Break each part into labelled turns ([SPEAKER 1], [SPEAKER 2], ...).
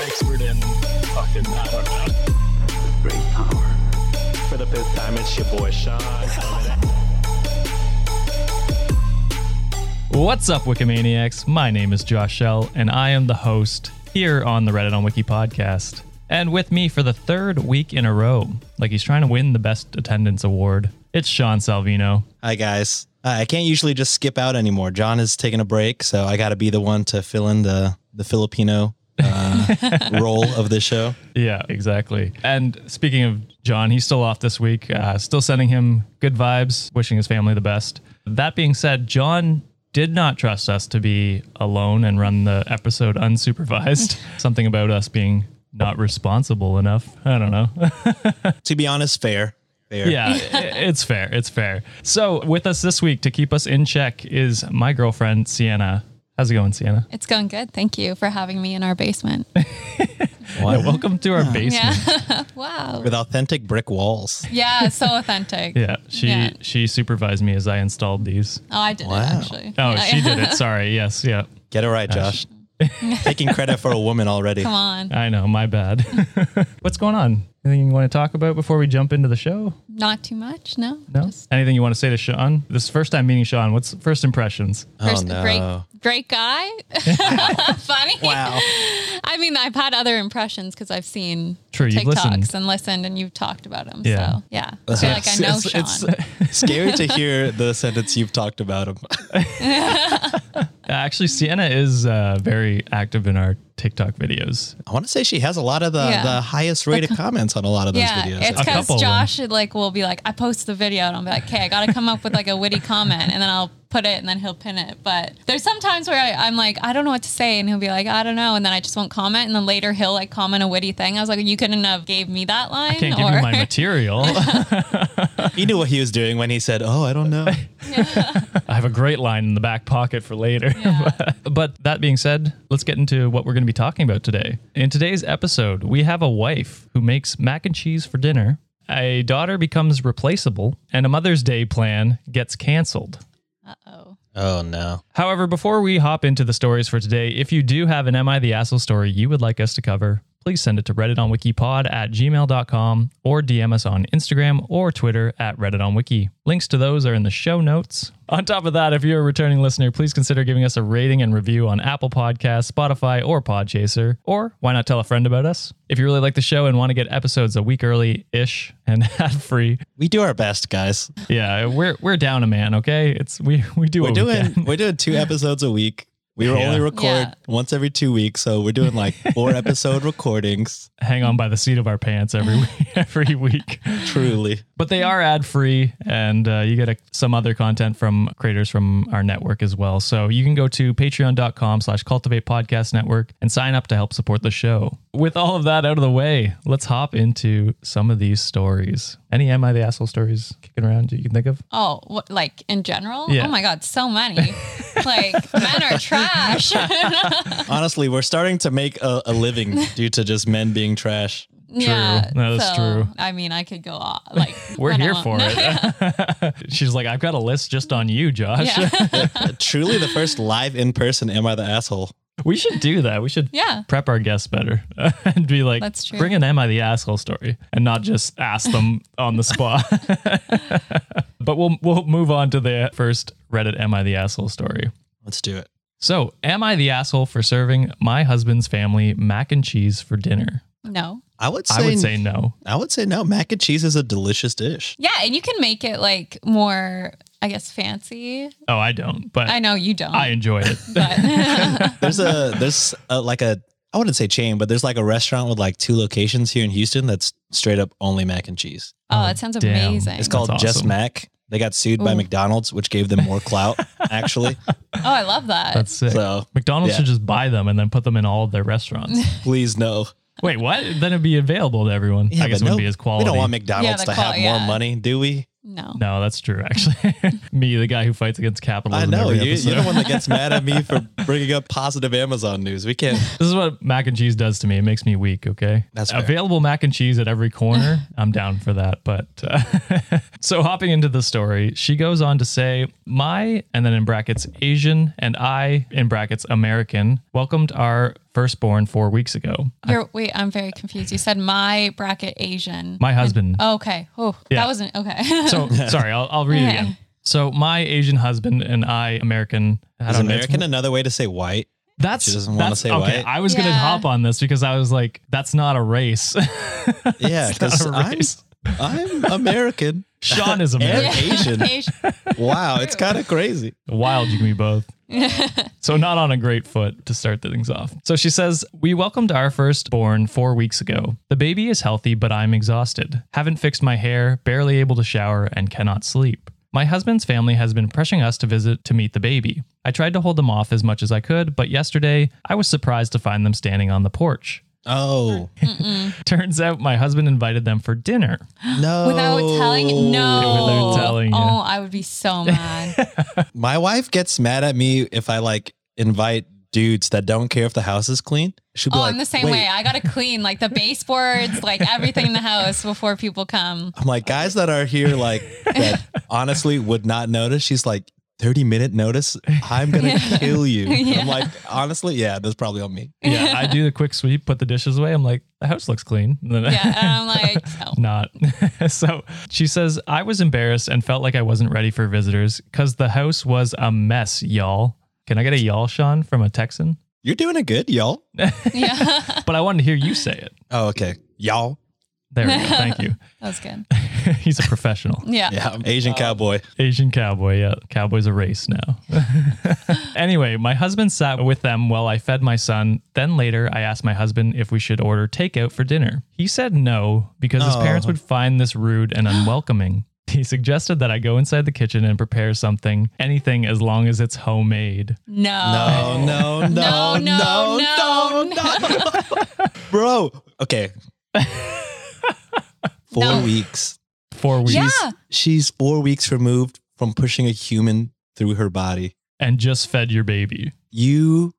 [SPEAKER 1] expert in fucking I don't know. Great power. For the fifth time, it's your boy Sean.
[SPEAKER 2] What's up, Wikimaniacs? My name is Josh Shell, and I am the host here on the Reddit on Wiki podcast. And with me for the third week in a row, like he's trying to win the best attendance award, it's Sean Salvino.
[SPEAKER 3] Hi, guys. Uh, I can't usually just skip out anymore. John is taking a break, so I got to be the one to fill in the, the Filipino uh, role of this show.
[SPEAKER 2] Yeah, exactly. And speaking of John, he's still off this week. Uh, still sending him good vibes, wishing his family the best. That being said, John did not trust us to be alone and run the episode unsupervised. Something about us being not responsible enough. I don't know.
[SPEAKER 3] To be honest, fair. Fair.
[SPEAKER 2] Yeah, i- it's fair. It's fair. So, with us this week to keep us in check is my girlfriend, Sienna. How's it going, Sienna?
[SPEAKER 4] It's going good. Thank you for having me in our basement.
[SPEAKER 2] Yeah, welcome to our basement.
[SPEAKER 4] Yeah. wow.
[SPEAKER 3] With authentic brick walls.
[SPEAKER 4] Yeah, so authentic.
[SPEAKER 2] Yeah, she
[SPEAKER 4] Yeah.
[SPEAKER 2] she supervised me as I installed these.
[SPEAKER 4] Oh, I did
[SPEAKER 3] Wow.
[SPEAKER 4] it actually.
[SPEAKER 2] Oh,
[SPEAKER 4] Yeah,
[SPEAKER 2] she
[SPEAKER 4] yeah.
[SPEAKER 2] did it. Sorry. Yes. Yeah.
[SPEAKER 3] Get it right, Josh. Taking credit for a woman already.
[SPEAKER 4] Come on.
[SPEAKER 2] I know. My bad. What's going on? Anything you want to talk about before we jump into the show?
[SPEAKER 4] Not too much. No.
[SPEAKER 2] No.
[SPEAKER 4] Just
[SPEAKER 2] Anything you want to say to Sean? This is first time meeting Sean. What's first impressions?
[SPEAKER 4] first,
[SPEAKER 3] Oh, no.
[SPEAKER 4] great, great guy. Funny.
[SPEAKER 3] Wow.
[SPEAKER 4] I mean, I've had other impressions because I've seen
[SPEAKER 2] True, you've
[SPEAKER 4] TikToks
[SPEAKER 2] listened.
[SPEAKER 4] and listened, and you've talked about him.
[SPEAKER 2] Yeah.
[SPEAKER 4] So yeah, I feel like I know Sean.
[SPEAKER 2] uh,
[SPEAKER 3] Scary to hear the sentence you've talked about him.
[SPEAKER 2] Actually, Sienna is uh, very active in our TikTok videos.
[SPEAKER 3] I want to say she has a lot of the,
[SPEAKER 4] Yeah.
[SPEAKER 3] the highest rated comments on a lot of those
[SPEAKER 4] yeah,
[SPEAKER 3] videos.
[SPEAKER 2] A
[SPEAKER 4] it's because
[SPEAKER 2] couple of them.
[SPEAKER 4] Josh like will be like, I post the video and I'll be like, okay, I gotta come up with like a witty comment, and then I'll put it, and then he'll pin it. But there's some times where I, I'm like, I don't know what to say, and he'll be like, I don't know, and then I just won't comment, and then later he'll like comment a witty thing. I was like, you couldn't have gave me that line,
[SPEAKER 2] Can't give you my material. I
[SPEAKER 3] He knew what he was doing when he said, "Oh, I don't know."
[SPEAKER 2] have a great line in the back pocket for later. but that being said, let's get into what we're going to be talking about today. In today's episode, we have a wife who makes mac and cheese for dinner, a daughter becomes replaceable, and a Mother's Day plan gets canceled.
[SPEAKER 4] oh,
[SPEAKER 3] oh no.
[SPEAKER 2] However, before we hop into the stories for today, if you do have an Am I the Asshole story you would like us to cover, please send it to Reddit on Wikipod at gmail.com or DM us on Instagram or Twitter at Reddit on Wiki. Links to those are in the show notes. On top of that, if you're a returning listener, please consider giving us a rating and review on Apple Podcasts, Spotify, or Podchaser. Or why not tell a friend about us? If you really like the show and want to get episodes a week early ish and ad free,
[SPEAKER 3] We do our best, guys.
[SPEAKER 2] yeah, we're we're down a man, okay? It's we we do
[SPEAKER 3] We're
[SPEAKER 2] what we
[SPEAKER 3] doing
[SPEAKER 2] can.
[SPEAKER 3] we're doing two episodes a week. We were
[SPEAKER 2] Yeah.
[SPEAKER 3] only record
[SPEAKER 4] Yeah.
[SPEAKER 3] once every two weeks, so we're doing like four episode recordings.
[SPEAKER 2] hang on by the seat of our pants every every week.
[SPEAKER 3] Truly,
[SPEAKER 2] But they are ad free, and uh, you get a, some other content from creators from our network as well. So you can go to Patreon.com/slash Cultivate Podcast Network and sign up to help support the show. With all of that out of the way, let's hop into some of these stories. Any "Am I the Asshole" stories kicking around you can think of?
[SPEAKER 4] oh, what, like in general?
[SPEAKER 2] Yeah.
[SPEAKER 4] Oh my god, so many. like men are trash.
[SPEAKER 3] honestly, we're starting to make a, a living due to just men being trash.
[SPEAKER 4] Yeah,
[SPEAKER 2] True. That is
[SPEAKER 4] so,
[SPEAKER 2] true.
[SPEAKER 4] I mean, I could go off. Like
[SPEAKER 2] We're
[SPEAKER 4] when I
[SPEAKER 2] here
[SPEAKER 4] want-
[SPEAKER 2] for
[SPEAKER 4] No,
[SPEAKER 2] it.
[SPEAKER 4] yeah.
[SPEAKER 2] She's like, I've got a list just on you, Josh.
[SPEAKER 4] Yeah.
[SPEAKER 3] Uh, Truly the first live in person Am I the Asshole?
[SPEAKER 2] we should do that. We should
[SPEAKER 4] Yeah.
[SPEAKER 2] prep our guests better and be like,
[SPEAKER 4] That's true.
[SPEAKER 2] bring an Am I the Asshole story and not just ask them on the spot. but we'll, we'll move on to the first Reddit Am I the Asshole story.
[SPEAKER 3] Let's do it.
[SPEAKER 2] So, am I the asshole for serving my husband's family mac and cheese for dinner?
[SPEAKER 4] no.
[SPEAKER 3] I would
[SPEAKER 2] I would say no.
[SPEAKER 3] I would say no. Mac and cheese is a delicious dish.
[SPEAKER 4] Yeah, and you can make it like more, I guess, fancy.
[SPEAKER 2] Oh, I don't, but
[SPEAKER 4] I
[SPEAKER 2] I,
[SPEAKER 4] know you don't.
[SPEAKER 2] enjoy it.
[SPEAKER 4] but Oh,
[SPEAKER 3] There's a there's a, like a I wouldn't say chain, but there's like a restaurant with like two locations here in Houston that's straight up only mac and cheese.
[SPEAKER 4] oh, that sounds
[SPEAKER 2] Damn.
[SPEAKER 4] amazing.
[SPEAKER 3] It's called
[SPEAKER 2] That's
[SPEAKER 3] Just
[SPEAKER 2] awesome.
[SPEAKER 3] Mac. They got sued by
[SPEAKER 4] Ooh.
[SPEAKER 3] McDonald's, which gave them more clout actually.
[SPEAKER 4] Oh, I love that.
[SPEAKER 2] That's sick.
[SPEAKER 3] So
[SPEAKER 2] McDonald's
[SPEAKER 3] yeah.
[SPEAKER 2] should just buy them and then put them in all of their restaurants.
[SPEAKER 3] please no.
[SPEAKER 2] Wait, what? Then it'd be available to everyone. I guess it
[SPEAKER 3] but
[SPEAKER 2] wouldn't
[SPEAKER 3] no,
[SPEAKER 2] be as quality.
[SPEAKER 3] We don't want McDonald's
[SPEAKER 4] the
[SPEAKER 3] to have
[SPEAKER 4] quali- yeah.
[SPEAKER 3] more money, do we?
[SPEAKER 4] no.
[SPEAKER 2] no, that's true. Actually, me, the guy who fights against
[SPEAKER 3] I
[SPEAKER 2] capitalism.
[SPEAKER 3] know
[SPEAKER 2] every
[SPEAKER 3] you,
[SPEAKER 2] episode.
[SPEAKER 3] you're the one that gets mad at me for bringing up positive Amazon news. We can't.
[SPEAKER 2] This is what mac and cheese does to me. It makes me weak. Okay.
[SPEAKER 3] That's fair.
[SPEAKER 2] available mac and cheese at every corner. I'm down for that. But uh, so hopping into the story, she goes on to say, My, and then in brackets, Asian and I, in brackets, American, welcomed our firstborn four weeks ago.
[SPEAKER 4] You're, wait, I'm very confused. You said my bracket Asian.
[SPEAKER 2] My husband.
[SPEAKER 4] Oh, okay. Oh,
[SPEAKER 2] Yeah.
[SPEAKER 4] that wasn't okay.
[SPEAKER 2] So sorry, I'll, I'll read it
[SPEAKER 4] Yeah.
[SPEAKER 2] again. So my Asian husband and I, American, I
[SPEAKER 3] Is
[SPEAKER 2] don't know, it's-
[SPEAKER 3] American another way to say white?
[SPEAKER 2] That's
[SPEAKER 3] She doesn't wanna
[SPEAKER 2] that's-
[SPEAKER 3] say
[SPEAKER 2] okay.
[SPEAKER 3] white.
[SPEAKER 2] I was gonna
[SPEAKER 4] Yeah.
[SPEAKER 2] hop on this because I was like, that's not a race. That's
[SPEAKER 3] Yeah, because
[SPEAKER 2] not a
[SPEAKER 3] I'm,
[SPEAKER 2] race.
[SPEAKER 3] I'm American.
[SPEAKER 2] Sean is
[SPEAKER 3] And
[SPEAKER 2] American.
[SPEAKER 3] Asian.
[SPEAKER 4] Asian.
[SPEAKER 3] Wow, it's kind of crazy.
[SPEAKER 2] Wild, you can be both. so, not on a great foot to start things off. So, she says, We welcomed our firstborn four weeks ago. The baby is healthy, but I'm exhausted. Haven't fixed my hair, barely able to shower, and cannot sleep. My husband's family has been pressuring us to visit to meet the baby. I tried to hold them off as much as I could, but yesterday I was surprised to find them standing on the porch.
[SPEAKER 3] Oh
[SPEAKER 2] Turns out my husband invited them for dinner.
[SPEAKER 3] no!
[SPEAKER 4] Without telling, no.
[SPEAKER 2] Without telling, yeah.
[SPEAKER 4] Oh, I would be so mad.
[SPEAKER 3] My wife gets mad at me if I like invite dudes that don't care if the house is clean. She'll be
[SPEAKER 4] oh,
[SPEAKER 3] like,
[SPEAKER 4] I'm the same
[SPEAKER 3] "Wait."
[SPEAKER 4] way. I gotta clean like the baseboards, like everything in the house before people come.
[SPEAKER 3] I'm like, guys that are here, like, that honestly would not notice. She's like, 30 minute notice, I'm going to kill you.
[SPEAKER 4] Yeah.
[SPEAKER 3] I'm like, honestly, yeah, that's probably on me.
[SPEAKER 2] Yeah, I do the quick sweep, put the dishes away. I'm like, the house looks clean. And then I-
[SPEAKER 4] Yeah, and I'm like, oh.
[SPEAKER 2] not. so she says, I was embarrassed and felt like I wasn't ready for visitors because the house was a mess, y'all. Can I get a y'all, Sean, from a Texan?
[SPEAKER 3] You're doing it good, y'all.
[SPEAKER 4] yeah, that
[SPEAKER 2] But I wanted to hear you say it.
[SPEAKER 3] Oh, okay. Y'all.
[SPEAKER 2] There we go. Thank you.
[SPEAKER 4] was good.
[SPEAKER 2] He's a professional.
[SPEAKER 4] Yeah.
[SPEAKER 3] Yeah, I'm Asian cowboy.
[SPEAKER 2] Asian cowboy. Yeah, cowboy's a race now. anyway, my husband sat with them while I fed my son. Then later, I asked my husband if we should order takeout for dinner. He said no because his
[SPEAKER 3] Oh.
[SPEAKER 2] parents would find this rude and unwelcoming. He suggested that I go inside the kitchen and prepare something, anything as long as it's homemade.
[SPEAKER 4] No.
[SPEAKER 3] No, no, no, no,
[SPEAKER 4] No, no,
[SPEAKER 3] no, no, Bro, okay. Four
[SPEAKER 4] No.
[SPEAKER 3] weeks.
[SPEAKER 2] Four weeks
[SPEAKER 4] Yeah.
[SPEAKER 3] She's four weeks removed from pushing a human through her body.
[SPEAKER 2] and just fed your baby.
[SPEAKER 3] You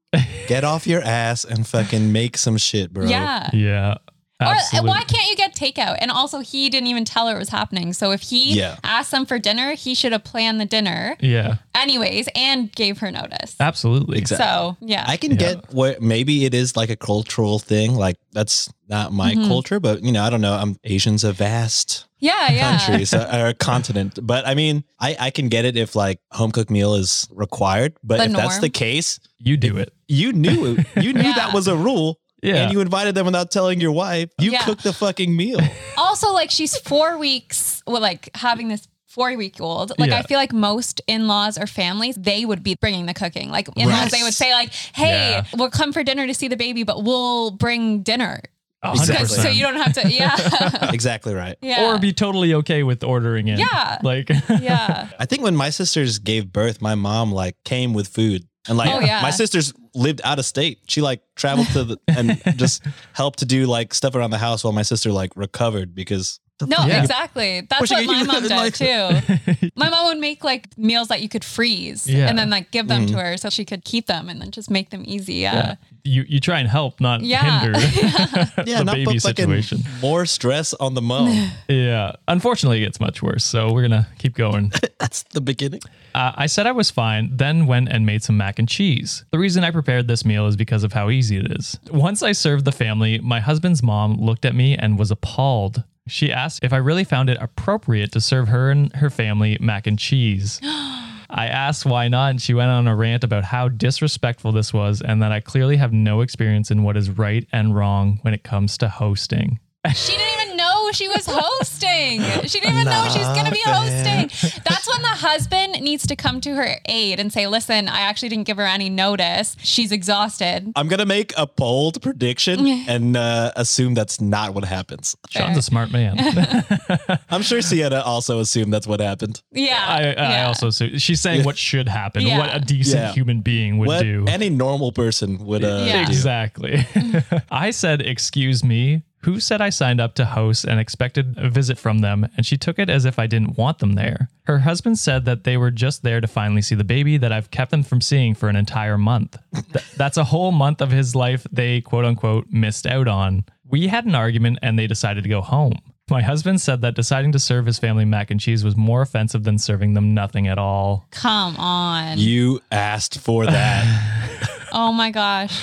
[SPEAKER 3] get off your ass and fucking make some shit, bro.
[SPEAKER 4] Yeah.
[SPEAKER 2] Yeah.
[SPEAKER 4] Or uh,
[SPEAKER 2] Absolutely.
[SPEAKER 4] why can't you get takeout? And also, he didn't even tell her it was happening. So if he
[SPEAKER 3] Yeah.
[SPEAKER 4] asked them for dinner, he should have planned the dinner
[SPEAKER 2] yeah,
[SPEAKER 4] anyways and gave her notice.
[SPEAKER 2] absolutely.
[SPEAKER 3] Exactly.
[SPEAKER 4] So yeah,
[SPEAKER 3] I can
[SPEAKER 2] Yeah.
[SPEAKER 3] get where maybe it is like a cultural thing. Like that's not my
[SPEAKER 4] Mhm.
[SPEAKER 3] culture, but you know, I don't know. I'm Asian's a vast
[SPEAKER 4] yeah, yeah.
[SPEAKER 3] country so, uh, or a continent. But I mean, I, I can get it if like home cooked meal is required. But
[SPEAKER 4] The
[SPEAKER 3] if that's
[SPEAKER 4] norm.
[SPEAKER 3] the case,
[SPEAKER 2] You do it.
[SPEAKER 3] you knew you knew
[SPEAKER 4] Yeah.
[SPEAKER 3] that was a rule.
[SPEAKER 2] Yeah.
[SPEAKER 3] And you invited them without telling your wife. You
[SPEAKER 4] Yeah.
[SPEAKER 3] cooked the fucking meal.
[SPEAKER 4] Also, like she's four weeks, well, like having this four week old. Like
[SPEAKER 2] Yeah.
[SPEAKER 4] I feel like most in laws or families, they would be bringing the cooking. Like in laws,
[SPEAKER 3] Right.
[SPEAKER 4] they would say like, "Hey,
[SPEAKER 2] Yeah.
[SPEAKER 4] we'll come for dinner to see the baby, but we'll bring dinner
[SPEAKER 2] 100%.
[SPEAKER 3] Exactly.
[SPEAKER 4] so you don't have to." Yeah,
[SPEAKER 3] exactly right.
[SPEAKER 4] yeah,
[SPEAKER 2] Or be totally okay with ordering it.
[SPEAKER 4] Yeah.
[SPEAKER 2] Like,
[SPEAKER 4] yeah.
[SPEAKER 3] I think when my sisters gave birth, my mom like came with food. And like
[SPEAKER 4] Oh, yeah.
[SPEAKER 3] my sisters lived out of state. She like traveled to the and just helped to do like stuff around the house while my sister like recovered because
[SPEAKER 4] No,
[SPEAKER 2] Yeah.
[SPEAKER 4] exactly. That's
[SPEAKER 3] Pushing
[SPEAKER 4] what
[SPEAKER 3] a
[SPEAKER 4] my
[SPEAKER 3] human
[SPEAKER 4] mom did
[SPEAKER 3] like-
[SPEAKER 4] too. my mom would make like meals that you could freeze
[SPEAKER 2] Yeah.
[SPEAKER 4] and then like give them to her so she could keep them and then just make them easy. Yeah.
[SPEAKER 2] You you try and help, not
[SPEAKER 4] Yeah.
[SPEAKER 2] hinder
[SPEAKER 3] Yeah,
[SPEAKER 2] the
[SPEAKER 3] not
[SPEAKER 2] baby
[SPEAKER 3] put fucking
[SPEAKER 2] situation.
[SPEAKER 3] more stress on the mom.
[SPEAKER 2] Yeah. Unfortunately, it gets much worse. So we're gonna keep going.
[SPEAKER 3] That's the beginning.
[SPEAKER 2] Uh, I said I was fine, then went and made some mac and cheese. The reason I prepared this meal is because of how easy it is. Once I served the family, my husband's mom looked at me and was appalled. She asked if I really found it appropriate to serve her and her family mac and cheese. I asked why not, and she went on a rant about how disrespectful this was and that I clearly have no experience in what is right and wrong when it comes to hosting.
[SPEAKER 4] She didn't even know she was hosting. She didn't even know she was going to be hosting. That's when the husband needs to come to her aid and say, listen, I actually didn't give her any notice. She's exhausted.
[SPEAKER 3] I'm gonna make a bold prediction and uh, assume that's not what happens.
[SPEAKER 2] Sean's a smart man.
[SPEAKER 3] I'm sure Sienna also assumed that's what happened.
[SPEAKER 4] Yeah.
[SPEAKER 2] I, I
[SPEAKER 4] yeah.
[SPEAKER 2] also see. She's saying what should happen,
[SPEAKER 4] Yeah.
[SPEAKER 2] what a decent
[SPEAKER 3] Yeah.
[SPEAKER 2] human being would
[SPEAKER 3] What
[SPEAKER 2] do.
[SPEAKER 3] any normal person would. Uh,
[SPEAKER 4] Yeah.
[SPEAKER 3] do.
[SPEAKER 2] Exactly. I said, Excuse me. Who said I signed up to host and expected a visit from them? And she took it as if I didn't want them there. Her husband said that they were just there to finally see the baby that I've kept them from seeing for an entire month. Th- that's a whole month of his life they quote unquote missed out on. We had an argument and they decided to go home. My husband said that deciding to serve his family mac and cheese was more offensive than serving them nothing at all.
[SPEAKER 4] Come on.
[SPEAKER 3] You asked for that.
[SPEAKER 4] oh my gosh.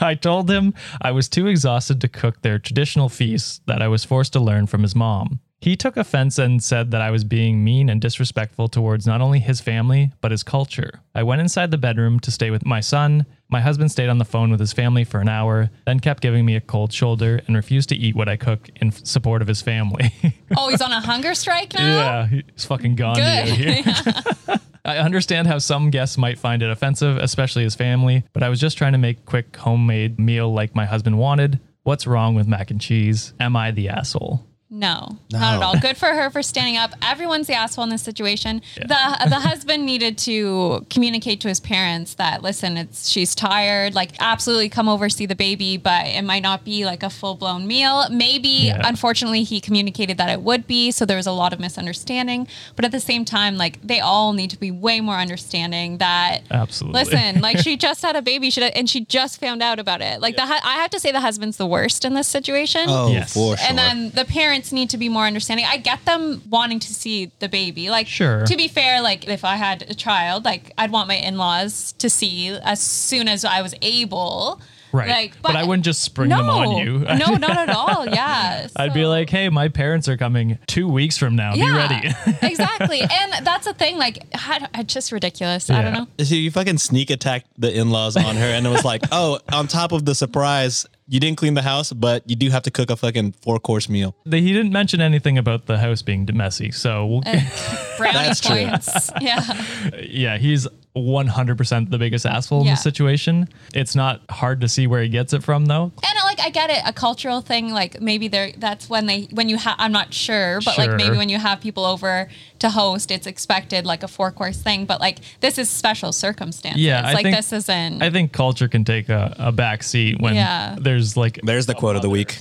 [SPEAKER 2] I told him I was too exhausted to cook their traditional feasts that I was forced to learn from his mom. He took offense and said that I was being mean and disrespectful towards not only his family, but his culture. I went inside the bedroom to stay with my son. My husband stayed on the phone with his family for an hour, then kept giving me a cold shoulder and refused to eat what I cook in f- support of his family.
[SPEAKER 4] Oh, he's on a hunger strike now?
[SPEAKER 2] Yeah, he's fucking Gandhi
[SPEAKER 4] Good.
[SPEAKER 2] out here. I understand how some guests might find it offensive, especially his family, but I was just trying to make quick homemade meal like my husband wanted. What's wrong with mac and cheese? Am I the asshole?
[SPEAKER 4] No, not at all. Good for her for standing up. Everyone's the asshole in this situation. The the husband needed to communicate to his parents that listen, it's she's tired. Like absolutely come over see the baby, but it might not be like a full blown meal. Maybe
[SPEAKER 2] Yeah.
[SPEAKER 4] unfortunately he communicated that it would be, so there was a lot of misunderstanding. But at the same time, like they all need to be way more understanding that
[SPEAKER 2] Absolutely.
[SPEAKER 4] Listen, like she just had a baby, she and she just found out about it. Like the hu- I have to say, the husband's the worst in this situation.
[SPEAKER 5] Oh,
[SPEAKER 2] Yes. for
[SPEAKER 4] And then the parents need to be more understanding. I get them wanting to see the baby. Like,
[SPEAKER 2] Sure.
[SPEAKER 4] To be fair, like if I had a child, like I'd want my in-laws to see as soon as I was able.
[SPEAKER 2] Right.
[SPEAKER 4] Like,
[SPEAKER 2] but, I wouldn't just spring them on you.
[SPEAKER 4] no, not at all. Yeah.
[SPEAKER 2] I'd be
[SPEAKER 4] So-
[SPEAKER 2] like, hey, my parents are coming two weeks from now. Be ready.
[SPEAKER 4] exactly. And that's the thing. Like, I, I just ridiculous. I don't
[SPEAKER 2] Yeah.
[SPEAKER 4] know.
[SPEAKER 3] So you fucking sneak attacked the in-laws on her, and it was like, oh, on top of the surprise, you didn't clean the house, but you do have to cook a fucking four-course meal.
[SPEAKER 2] They- he didn't mention anything about the house being messy. So, we'll,
[SPEAKER 4] Eh. Brownie
[SPEAKER 3] That's true.
[SPEAKER 4] points. Yeah.
[SPEAKER 2] yeah, he's 100% the biggest asshole in
[SPEAKER 4] Yeah.
[SPEAKER 2] the situation. It's not hard to see where he gets it from, though.
[SPEAKER 4] And like I get it, a cultural thing. Like maybe they're that's when they when you have. I'm not sure, but
[SPEAKER 2] Sure.
[SPEAKER 4] like maybe when you have people over to host, it's expected like a four course thing. But like this is special circumstances.
[SPEAKER 2] Yeah, I
[SPEAKER 4] like
[SPEAKER 2] think-
[SPEAKER 4] this isn't.
[SPEAKER 2] I think culture can take a, a back seat when
[SPEAKER 4] Yeah.
[SPEAKER 2] there's like
[SPEAKER 3] There's the quote of the week.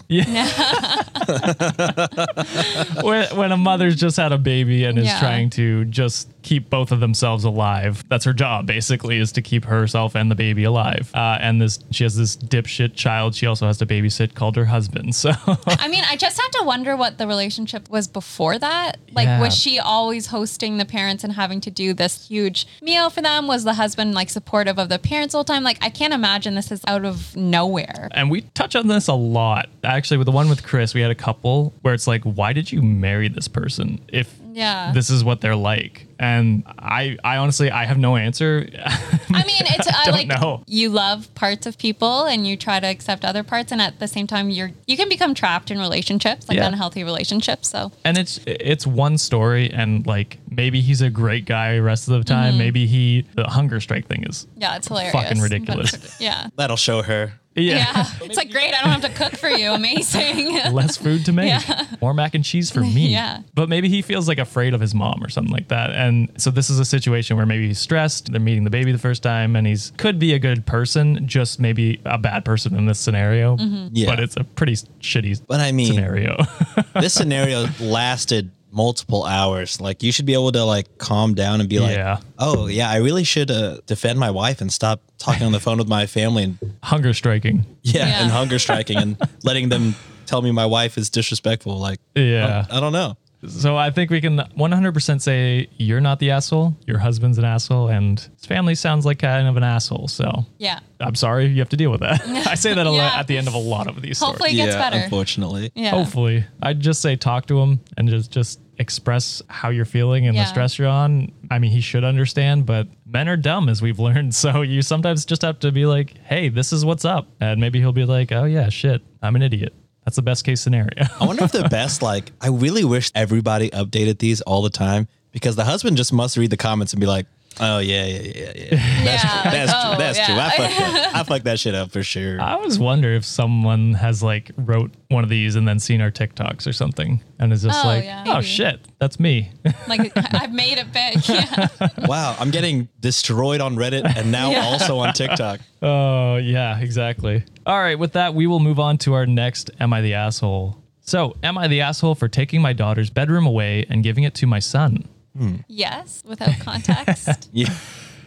[SPEAKER 2] when, when a mother's just had a baby and is
[SPEAKER 4] Yeah.
[SPEAKER 2] trying to just keep both of themselves alive. That's her job basically is to keep herself and the baby alive. Uh, and this she has this dipshit child she also has to babysit called her husband. So
[SPEAKER 4] I mean, I just have to wonder what the relationship was before that. Like,
[SPEAKER 2] Yeah.
[SPEAKER 4] was she always hosting the parents and having to do this huge meal for them? Was the husband like supportive of the parents all the time? Like, I can't imagine this is out of nowhere.
[SPEAKER 2] and we touch on this a lot. Actually with the one with Chris, we had a couple where it's like why did you marry this person if
[SPEAKER 4] Yeah.
[SPEAKER 2] this is what they're like? And I I honestly I have no answer.
[SPEAKER 4] I mean, it's I
[SPEAKER 2] don't
[SPEAKER 4] like
[SPEAKER 2] know.
[SPEAKER 4] you love parts of people and you try to accept other parts, and at the same time, you're you can become trapped in relationships, like
[SPEAKER 2] Yeah.
[SPEAKER 4] unhealthy relationships. So
[SPEAKER 2] and it's it's one story and like Maybe he's a great guy rest of the time. Maybe he the hunger strike thing is
[SPEAKER 4] Mm-hmm. Yeah, it's hilarious.
[SPEAKER 2] Fucking
[SPEAKER 4] But-
[SPEAKER 2] ridiculous.
[SPEAKER 4] yeah.
[SPEAKER 3] That'll show her.
[SPEAKER 4] Yeah. It's like, great. I don't have to cook for you. Amazing.
[SPEAKER 2] less food to make. More mac and cheese for me.
[SPEAKER 4] Yeah.
[SPEAKER 2] But maybe he feels like afraid of his mom or something like that. And so this is a situation where maybe he's stressed, they're meeting the baby the first time, and he's could be a good person, just maybe a bad person in this scenario.
[SPEAKER 4] Mm-hmm.
[SPEAKER 3] Yeah.
[SPEAKER 2] But it's a pretty shitty
[SPEAKER 3] But I mean-
[SPEAKER 2] scenario.
[SPEAKER 3] This scenario lasted multiple hours. Like you should be able to like calm down and be like,
[SPEAKER 2] Yeah.
[SPEAKER 3] oh yeah, I really should uh, defend my wife and stop talking on the phone with my family and
[SPEAKER 2] Hunger striking.
[SPEAKER 3] yeah,
[SPEAKER 4] Yeah.
[SPEAKER 3] and hunger striking and letting them tell me my wife is disrespectful. Like
[SPEAKER 2] Yeah.
[SPEAKER 3] I don't know.
[SPEAKER 2] So I think we can 100% say you're not the asshole, your husband's an asshole, and his family sounds like kind of an asshole. So
[SPEAKER 4] yeah.
[SPEAKER 2] I'm sorry you have to deal with that. I say that a lot
[SPEAKER 4] Yeah.
[SPEAKER 2] at the end of a lot of these stories.
[SPEAKER 4] Hopefully it gets
[SPEAKER 3] yeah,
[SPEAKER 4] better.
[SPEAKER 3] unfortunately.
[SPEAKER 4] Yeah.
[SPEAKER 2] Hopefully, I'd just say talk to him and just just express how you're feeling and
[SPEAKER 4] Yeah.
[SPEAKER 2] the stress you're on. I mean, he should understand, but men are dumb as we've learned. So you sometimes just have to be like, "Hey, this is what's up," and maybe he'll be like, "Oh yeah, shit, I'm an idiot." That's the best case scenario.
[SPEAKER 3] I wonder if the best, like, I really wish everybody updated these all the time because the husband just must read the comments and be like, oh, yeah, yeah, yeah, yeah. That's,
[SPEAKER 4] Yeah, like,
[SPEAKER 3] that's true.
[SPEAKER 4] oh,
[SPEAKER 3] That's true.
[SPEAKER 4] yeah.
[SPEAKER 3] I fucked that. I fucked that shit up for sure.
[SPEAKER 2] I always wonder if someone has like wrote one of these and then seen our TikToks or something and is just
[SPEAKER 4] Oh,
[SPEAKER 2] like,
[SPEAKER 4] yeah.
[SPEAKER 2] "Oh
[SPEAKER 4] Maybe.
[SPEAKER 2] shit, that's me."
[SPEAKER 4] Like I've made it big. Yeah.
[SPEAKER 3] wow. I'm getting destroyed on Reddit and now also on TikTok.
[SPEAKER 2] Oh, yeah, exactly. All right, with that, we will move on to our next Am I the Asshole? So, am I the asshole for taking my daughter's bedroom away and giving it to my son?
[SPEAKER 4] yes. Without context.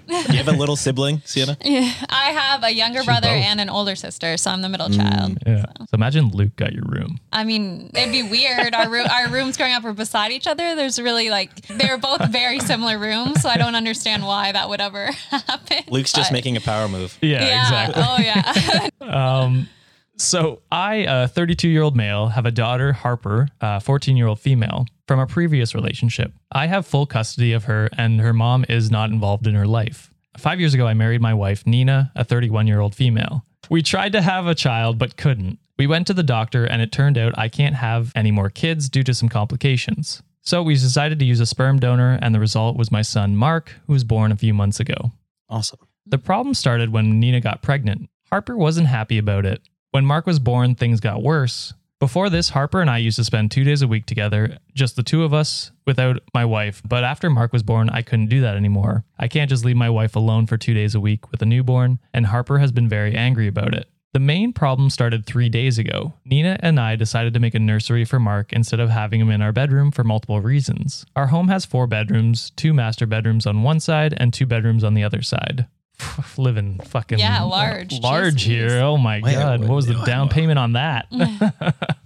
[SPEAKER 3] Yeah. you have a little sibling, Sienna?
[SPEAKER 4] I have a younger brother
[SPEAKER 2] both.
[SPEAKER 4] and an older sister, so I'm the middle child.
[SPEAKER 2] Yeah. So, imagine Luke got your room.
[SPEAKER 4] I mean, it'd be weird. Our room, our rooms growing up were beside each other. There's really like they were both very similar rooms, so I don't understand why that would ever happen.
[SPEAKER 3] Luke's just
[SPEAKER 4] but-
[SPEAKER 3] making a power move.
[SPEAKER 2] Yeah, exactly.
[SPEAKER 4] Oh yeah.
[SPEAKER 2] So, I, a 32 year old male, have a daughter, Harper, a 14 year old female, from a previous relationship. I have full custody of her, and her mom is not involved in her life. Five years ago, I married my wife, Nina, a 31 year old female. We tried to have a child, but couldn't. We went to the doctor, and it turned out I can't have any more kids due to some complications. So, we decided to use a sperm donor, and the result was my son, Mark, who was born a few months ago.
[SPEAKER 3] Awesome.
[SPEAKER 2] The problem started when Nina got pregnant. Harper wasn't happy about it. When Mark was born, things got worse. Before this, Harper and I used to spend two days a week together, just the two of us, without my wife. But after Mark was born, I couldn't do that anymore. I can't just leave my wife alone for two days a week with a newborn, and Harper has been very angry about it. The main problem started three days ago. Nina and I decided to make a nursery for Mark instead of having him in our bedroom for multiple reasons. Our home has four bedrooms, two master bedrooms on one side, and two bedrooms on the other side. Living fucking
[SPEAKER 4] Yeah, large.
[SPEAKER 2] large
[SPEAKER 4] Jeez.
[SPEAKER 2] here. Oh my
[SPEAKER 3] Wait,
[SPEAKER 2] god,
[SPEAKER 3] wait,
[SPEAKER 2] what was the
[SPEAKER 3] wait,
[SPEAKER 2] down
[SPEAKER 3] wait.
[SPEAKER 2] payment on that?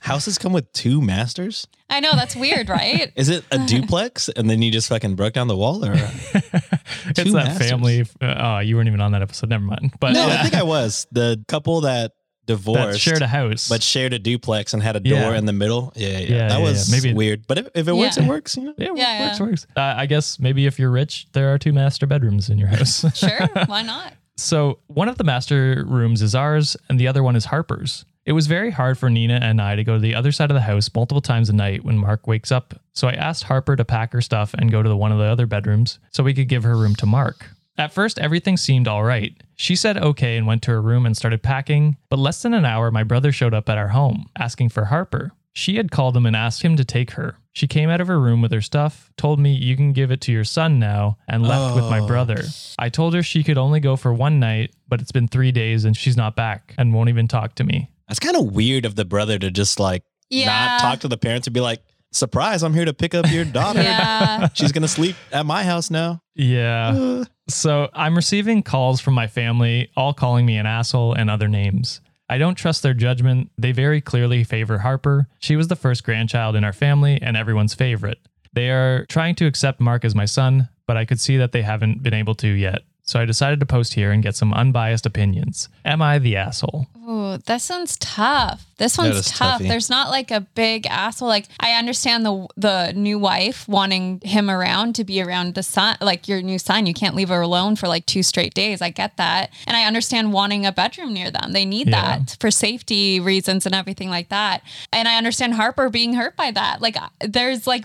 [SPEAKER 3] Houses come with two masters?
[SPEAKER 4] I know that's weird, right?
[SPEAKER 3] Is it a duplex and then you just fucking broke down the wall or?
[SPEAKER 2] it's
[SPEAKER 3] Two
[SPEAKER 2] that
[SPEAKER 3] masters.
[SPEAKER 2] family. Uh, oh, you weren't even on that episode. Never mind. But
[SPEAKER 3] No, I
[SPEAKER 2] yeah,
[SPEAKER 3] think I was. The couple that divorced.
[SPEAKER 2] that shared a house.
[SPEAKER 3] but shared a duplex and had a door
[SPEAKER 2] Yeah.
[SPEAKER 3] in the middle. Yeah, yeah,
[SPEAKER 2] Yeah,
[SPEAKER 3] that
[SPEAKER 2] yeah,
[SPEAKER 3] was
[SPEAKER 2] yeah. Maybe-
[SPEAKER 3] weird. But if, if it works,
[SPEAKER 4] Yeah.
[SPEAKER 3] it works. You know,
[SPEAKER 2] yeah,
[SPEAKER 4] Yeah,
[SPEAKER 2] works,
[SPEAKER 4] yeah.
[SPEAKER 2] works. Uh, I guess maybe if you're rich, there are two master bedrooms in your house.
[SPEAKER 4] Sure. Why not?
[SPEAKER 2] So one of the master rooms is ours, and the other one is Harper's. It was very hard for Nina and I to go to the other side of the house multiple times a night when Mark wakes up, so I asked Harper to pack her stuff and go to the one of the other bedrooms so we could give her room to Mark. At first, everything seemed all right. She said okay and went to her room and started packing, but less than an hour, my brother showed up at our home asking for Harper. She had called him and asked him to take her. She came out of her room with her stuff, told me you can give it to your son now, and left with my brother. I told her she could only go for one night, but it's been three days and she's not back and won't even talk to me.
[SPEAKER 3] that's kind of weird of the brother to just like
[SPEAKER 4] Yeah.
[SPEAKER 3] not talk to the parents and be like, "Surprise! I'm here to pick up your daughter.
[SPEAKER 4] Yeah.
[SPEAKER 3] She's gonna sleep at my house now."
[SPEAKER 4] Uh,
[SPEAKER 2] Yeah. so I'm receiving calls from my family, all calling me an asshole and other names. I don't trust their judgment. They very clearly favor Harper. She was the first grandchild in our family and everyone's favorite. They are trying to accept Mark as my son, but I could see that they haven't been able to yet. So I decided to post here and get some unbiased opinions. Am I the asshole?
[SPEAKER 4] Ooh. Ooh, this one's tough. This one's
[SPEAKER 3] is
[SPEAKER 4] tough.
[SPEAKER 3] toughy.
[SPEAKER 4] There's not like a big asshole. Like I understand the the new wife wanting him around to be around the son, like your new son. You can't leave her alone for like two straight days. I get that, and I understand wanting a bedroom near them. They need
[SPEAKER 2] Yeah.
[SPEAKER 4] that for safety reasons and everything like that. And I understand Harper being hurt by that. Like I- there's like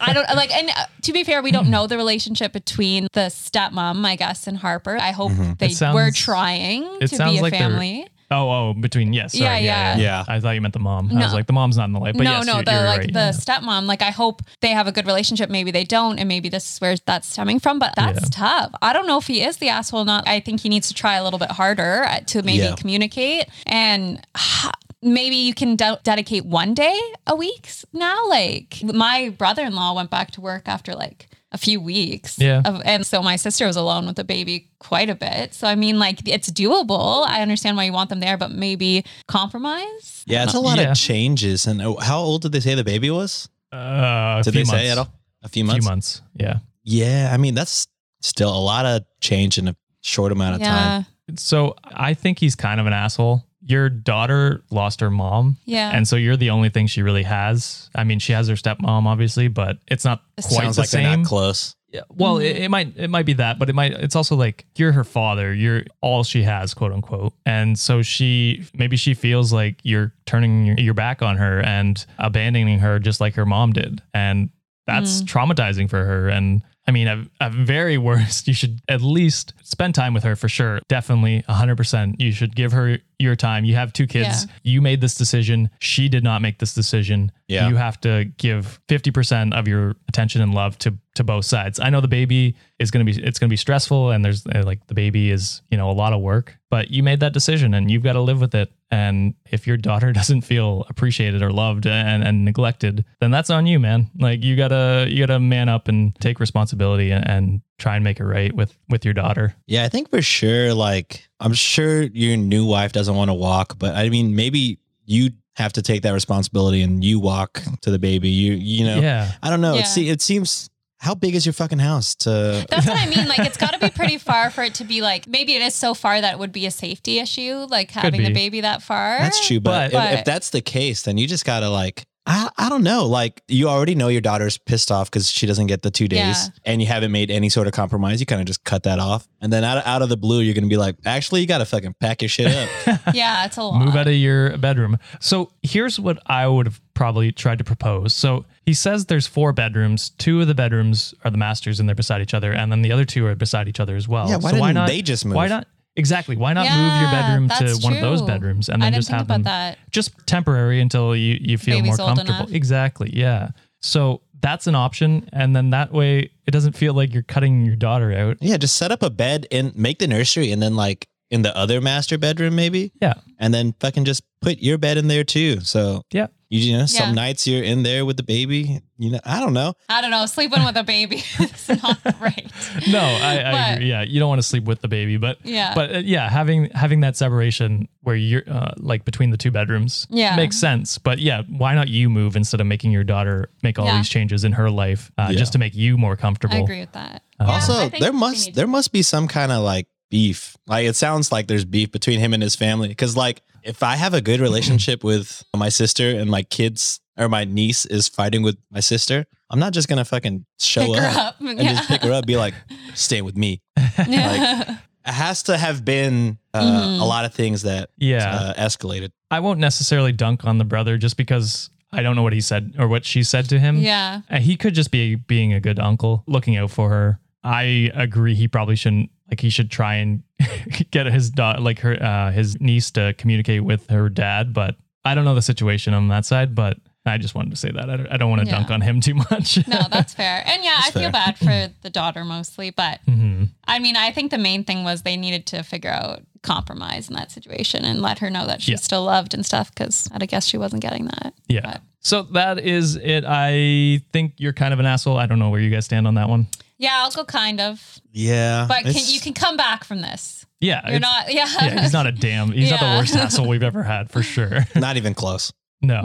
[SPEAKER 4] I don't like. And uh, to be fair, we don't know the relationship between the stepmom, I guess, and Harper. I hope they were
[SPEAKER 2] Mm-hmm. sounds-
[SPEAKER 4] trying
[SPEAKER 2] It
[SPEAKER 4] to
[SPEAKER 2] sounds
[SPEAKER 4] be a
[SPEAKER 2] like they're-
[SPEAKER 4] family.
[SPEAKER 2] Oh, oh, between yes, sorry, yeah,
[SPEAKER 4] Yeah,
[SPEAKER 2] yeah,
[SPEAKER 4] yeah.
[SPEAKER 3] Yeah.
[SPEAKER 2] I thought you meant the mom. I was like, the mom's not in the light, but
[SPEAKER 4] no,
[SPEAKER 2] yes,
[SPEAKER 4] no,
[SPEAKER 2] you're,
[SPEAKER 4] the
[SPEAKER 2] you're
[SPEAKER 4] like
[SPEAKER 2] right.
[SPEAKER 4] the stepmom. Like I hope they have a good relationship. Maybe they don't, and maybe this is where that's stemming from. But that's tough. I don't know if he is the asshole or not. I think he needs to try a little bit harder uh, to maybe
[SPEAKER 3] Yeah.
[SPEAKER 4] communicate and. Maybe you can de- dedicate one day a week s- now. Like my brother-in-law went back to work after like a few weeks,
[SPEAKER 2] Yeah.
[SPEAKER 4] of, and so my sister was alone with the baby quite a bit. So I mean, like it's doable. I understand why you want them there, but maybe compromise.
[SPEAKER 3] Yeah, it's a lot
[SPEAKER 2] Yeah.
[SPEAKER 3] of changes. And oh, how old did they say the baby was?
[SPEAKER 2] Uh, a
[SPEAKER 3] Did
[SPEAKER 2] few
[SPEAKER 3] they
[SPEAKER 2] months,
[SPEAKER 3] say at all? A few months.
[SPEAKER 2] Few months. Yeah.
[SPEAKER 3] Yeah, I mean that's still a lot of change in a short amount of time.
[SPEAKER 2] So I think he's kind of an asshole. Your daughter lost her mom.
[SPEAKER 4] Yeah.
[SPEAKER 2] And so you're the only thing she really has. I mean, she has her stepmom, obviously, but it's not
[SPEAKER 4] It's-
[SPEAKER 2] quite
[SPEAKER 3] Sounds
[SPEAKER 2] the
[SPEAKER 3] like they're
[SPEAKER 2] same.
[SPEAKER 3] not close.
[SPEAKER 2] Yeah, well, it, it might it might be that, but it might it's also like you're her father, you're all she has, quote unquote, and so she maybe she feels like you're turning your, your back on her and abandoning her, just like her mom did, and that's traumatizing for her. And I mean, at, at very worst, you should at least spend time with her for sure. Definitely, hundred percent, you should give her your time. You have two kids. You made this decision. She did not make this decision.
[SPEAKER 3] Yeah.
[SPEAKER 2] You have to give 50% of your attention and love to to both sides. I know the baby is going to be it's going to be stressful and there's uh, like the baby is, you know, a lot of work, but you made that decision and you've got to live with it. And if your daughter doesn't feel appreciated or loved and, and neglected, then that's on you, man. Like you got to you got to man up and take responsibility and, and try and make it right with with your daughter.
[SPEAKER 3] Yeah, I think for sure. Like, I'm sure your new wife doesn't want to walk, but I mean, maybe you have to take that responsibility and you walk to the baby. You, you know,
[SPEAKER 2] Yeah.
[SPEAKER 3] I don't know.
[SPEAKER 4] Yeah.
[SPEAKER 3] It, se- it seems how big is your fucking house? To
[SPEAKER 4] That's what I mean. Like, it's got to be pretty far for it to be like, maybe it is so far that it would be a safety issue, like having
[SPEAKER 2] be.
[SPEAKER 4] the baby that far.
[SPEAKER 3] that's true,
[SPEAKER 2] But-
[SPEAKER 3] but, if,
[SPEAKER 4] But-
[SPEAKER 3] if that's the case, then you just gotta like. I, I don't know. Like you already know your daughter's pissed off because she doesn't get the two days,
[SPEAKER 4] Yeah.
[SPEAKER 3] and you haven't made any sort of compromise. You kind of just cut that off, and then out of, out of the blue, you're gonna be like, "Actually, you gotta fucking pack your shit up."
[SPEAKER 4] Yeah, it's a lot.
[SPEAKER 2] Move out of your bedroom. So here's what I would have probably tried to propose. So he says there's four bedrooms. Two of the bedrooms are the masters and they're beside each other, and then the other two are beside each other as well.
[SPEAKER 3] Yeah, why
[SPEAKER 2] so why
[SPEAKER 3] didn't
[SPEAKER 2] not
[SPEAKER 3] they just
[SPEAKER 2] Why
[SPEAKER 3] move?
[SPEAKER 2] not exactly? Why not
[SPEAKER 4] Yeah,
[SPEAKER 2] move your bedroom
[SPEAKER 4] that's
[SPEAKER 2] to one of those
[SPEAKER 4] true.
[SPEAKER 2] bedrooms and
[SPEAKER 4] I
[SPEAKER 2] then
[SPEAKER 4] didn't
[SPEAKER 2] just
[SPEAKER 4] think
[SPEAKER 2] have
[SPEAKER 4] about
[SPEAKER 2] them
[SPEAKER 4] that.
[SPEAKER 2] just temporary until you you feel
[SPEAKER 4] Baby's
[SPEAKER 2] more
[SPEAKER 4] old
[SPEAKER 2] comfortable.
[SPEAKER 4] enough.
[SPEAKER 2] Exactly. Yeah. So that's an option, and then that way it doesn't feel like you're cutting your daughter out.
[SPEAKER 3] Yeah, just set up a bed and make the nursery and then like in the other master bedroom maybe.
[SPEAKER 2] Yeah.
[SPEAKER 3] And then fucking just put your bed in there too. So
[SPEAKER 2] Yeah.
[SPEAKER 3] you, you know,
[SPEAKER 4] Yeah.
[SPEAKER 3] some nights you're in there with the baby. You know, I don't know.
[SPEAKER 4] I don't know. Sleeping with a baby is not right.
[SPEAKER 2] no, I, I
[SPEAKER 4] But-
[SPEAKER 2] agree. Yeah, you don't want to sleep with the baby, but
[SPEAKER 4] Yeah.
[SPEAKER 2] but uh, yeah, having having that separation where you're uh, like between the two bedrooms,
[SPEAKER 4] Yeah.
[SPEAKER 2] makes sense. But yeah, why not you move instead of making your daughter make all
[SPEAKER 4] Yeah.
[SPEAKER 2] these changes in her life uh,
[SPEAKER 3] Yeah.
[SPEAKER 2] just to make you more
[SPEAKER 4] I
[SPEAKER 2] comfortable?
[SPEAKER 4] agree with that.
[SPEAKER 2] Uh-huh.
[SPEAKER 3] also, there must there must be some kind of like beef. Like it sounds like there's beef between him and his family cuz like if I have a good relationship with my sister and my kids or my niece is fighting with my sister, I'm not just going to fucking show
[SPEAKER 4] Pick her up,
[SPEAKER 3] uh, and
[SPEAKER 4] yeah.
[SPEAKER 3] just pick her up be like stay with me.
[SPEAKER 4] yeah.
[SPEAKER 3] it has to have been uh,
[SPEAKER 4] Mm-hmm.
[SPEAKER 3] a lot of things that
[SPEAKER 2] Yeah.
[SPEAKER 3] uh, escalated.
[SPEAKER 2] I won't necessarily dunk on the brother just because I don't know what he said or what she said to him.
[SPEAKER 4] yeah.
[SPEAKER 2] Uh, he could just be being a good uncle, looking out for her. I agree. He probably shouldn't. Like he should try and get his daughter, like her, uh, his niece, to communicate with her dad. But I don't know the situation on that side. But I just wanted to say that I don't, I don't want to
[SPEAKER 4] Yeah.
[SPEAKER 2] dunk on him too much.
[SPEAKER 4] No, that's fair. And yeah, I feel bad for the daughter mostly, but
[SPEAKER 2] Mhm.
[SPEAKER 4] I mean, I think the main thing was they needed to figure out compromise in that situation and let her know that she's
[SPEAKER 2] Yeah.
[SPEAKER 4] still loved and stuff because I guess she wasn't getting that.
[SPEAKER 2] Yeah.
[SPEAKER 4] But-
[SPEAKER 2] So that is it. I think you're kind of an asshole. I don't know where you guys stand on that one.
[SPEAKER 4] Yeah, I'll go kind of.
[SPEAKER 3] Yeah,
[SPEAKER 4] But can, you can come back from this.
[SPEAKER 2] Yeah.
[SPEAKER 4] You're
[SPEAKER 2] it's-
[SPEAKER 4] not. Yeah.
[SPEAKER 2] Yeah, he's not a damn. He's not the
[SPEAKER 4] Yeah.
[SPEAKER 2] worst asshole we've ever had for sure.
[SPEAKER 3] not even close.
[SPEAKER 2] No,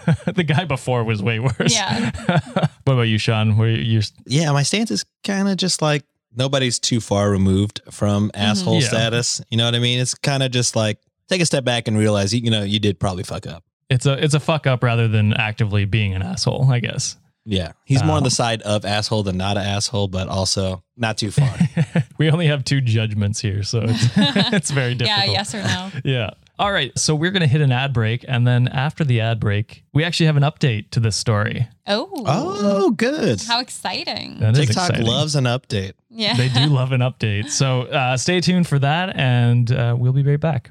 [SPEAKER 2] the guy before was way worse.
[SPEAKER 4] Yeah.
[SPEAKER 2] what about you, Sean? Where you're
[SPEAKER 3] Yeah, my stance is kind of just like nobody's too far removed from asshole
[SPEAKER 2] Yeah.
[SPEAKER 3] status. You know what I mean? It's kind of just like take a step back and realize, you know, you did probably fuck up.
[SPEAKER 2] It's a it's a fuck up rather than actively being an asshole, I guess.
[SPEAKER 3] Yeah. He's more
[SPEAKER 2] Uh-huh.
[SPEAKER 3] on the side of asshole than not an asshole, but also not too far.
[SPEAKER 2] we only have two judgments here, so it's, it's very
[SPEAKER 4] Yeah,
[SPEAKER 2] difficult.
[SPEAKER 4] yes or no.
[SPEAKER 2] Yeah. All right. So we're going to hit an ad break. And then after the ad break, we actually have an update to this story.
[SPEAKER 4] Oh.
[SPEAKER 3] oh, good.
[SPEAKER 4] How exciting.
[SPEAKER 2] That is
[SPEAKER 3] TikTok
[SPEAKER 2] exciting.
[SPEAKER 3] loves an update.
[SPEAKER 4] yeah.
[SPEAKER 2] Uh, They do love an update. So uh, stay tuned for that. And uh, we'll be right back.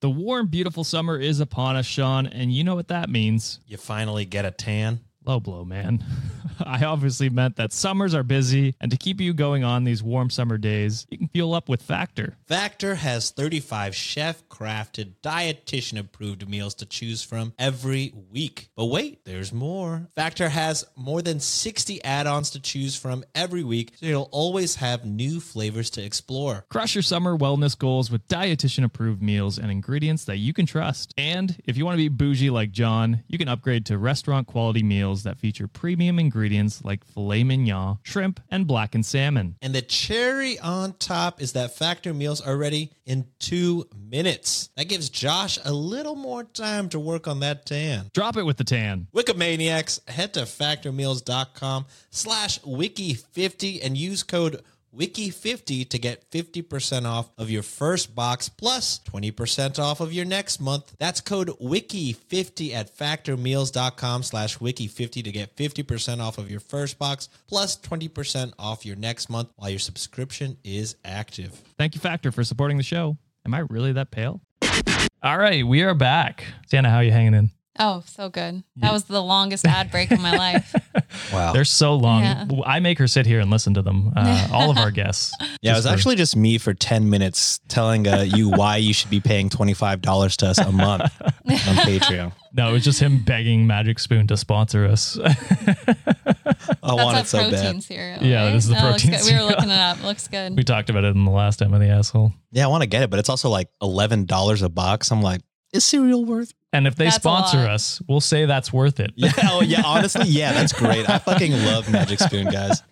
[SPEAKER 2] The warm, beautiful summer is upon us, Sean. And you know what that means.
[SPEAKER 3] You finally get a tan.
[SPEAKER 2] Low blow, man. I obviously meant that summers are busy. And to keep you going on these warm summer days, you can fuel up with Factor.
[SPEAKER 3] Factor has 35 chef crafted, dietitian approved meals to choose from every week. But wait, there's more. Factor has more than 60 add ons to choose from every week, so you'll always have new flavors to explore.
[SPEAKER 2] Crush your summer wellness goals with dietitian approved meals and ingredients that you can trust. And if you want to be bougie like John, you can upgrade to restaurant quality meals that feature premium ingredients like filet mignon, shrimp, and blackened salmon.
[SPEAKER 3] And the cherry on top is that Factor meals are ready in two minutes. That gives Josh a little more time to work on that tan.
[SPEAKER 2] Drop it with the tan.
[SPEAKER 3] Wikimaniacs, head to factormeals.com slash wiki50 and use code wiki50 to get 50% off of your first box plus 20% off of your next month. That's code wiki50 at factormeals.com slash wiki50 to get 50% off of your first box plus 20% off your next month while your subscription is active.
[SPEAKER 2] Thank you, Factor, for supporting the show. Am I really that pale? All right, we are back. Santa, how you hanging in?
[SPEAKER 4] Oh, so good. That was the longest ad break of my life.
[SPEAKER 3] Wow.
[SPEAKER 2] They're so long.
[SPEAKER 4] Oh, Yeah.
[SPEAKER 2] I make her sit here and listen to them. Uh, all of our guests.
[SPEAKER 3] Yeah, it was
[SPEAKER 2] Just for-
[SPEAKER 3] actually just me for 10 minutes telling uh, you why you should be paying $25 to us a month on Patreon.
[SPEAKER 2] No, it was just him begging Magic Spoon to sponsor us.
[SPEAKER 3] I
[SPEAKER 4] That's
[SPEAKER 3] want
[SPEAKER 4] our
[SPEAKER 3] it so
[SPEAKER 4] protein
[SPEAKER 3] bad.
[SPEAKER 4] cereal.
[SPEAKER 2] Yeah,
[SPEAKER 4] right?
[SPEAKER 2] this is the
[SPEAKER 4] That looks
[SPEAKER 2] protein
[SPEAKER 4] good.
[SPEAKER 2] cereal.
[SPEAKER 4] We were looking it up. Looks good.
[SPEAKER 2] we talked about it in the last time of the asshole.
[SPEAKER 3] Yeah, I want to get it, but it's also like $11 a box. I'm like, is cereal worth?
[SPEAKER 2] And if they
[SPEAKER 4] That's a
[SPEAKER 2] sponsor
[SPEAKER 4] lot.
[SPEAKER 2] us, we'll say that's worth it.
[SPEAKER 3] Yeah, oh, yeah, honestly, yeah, that's great. I fucking love Magic Spoon, guys.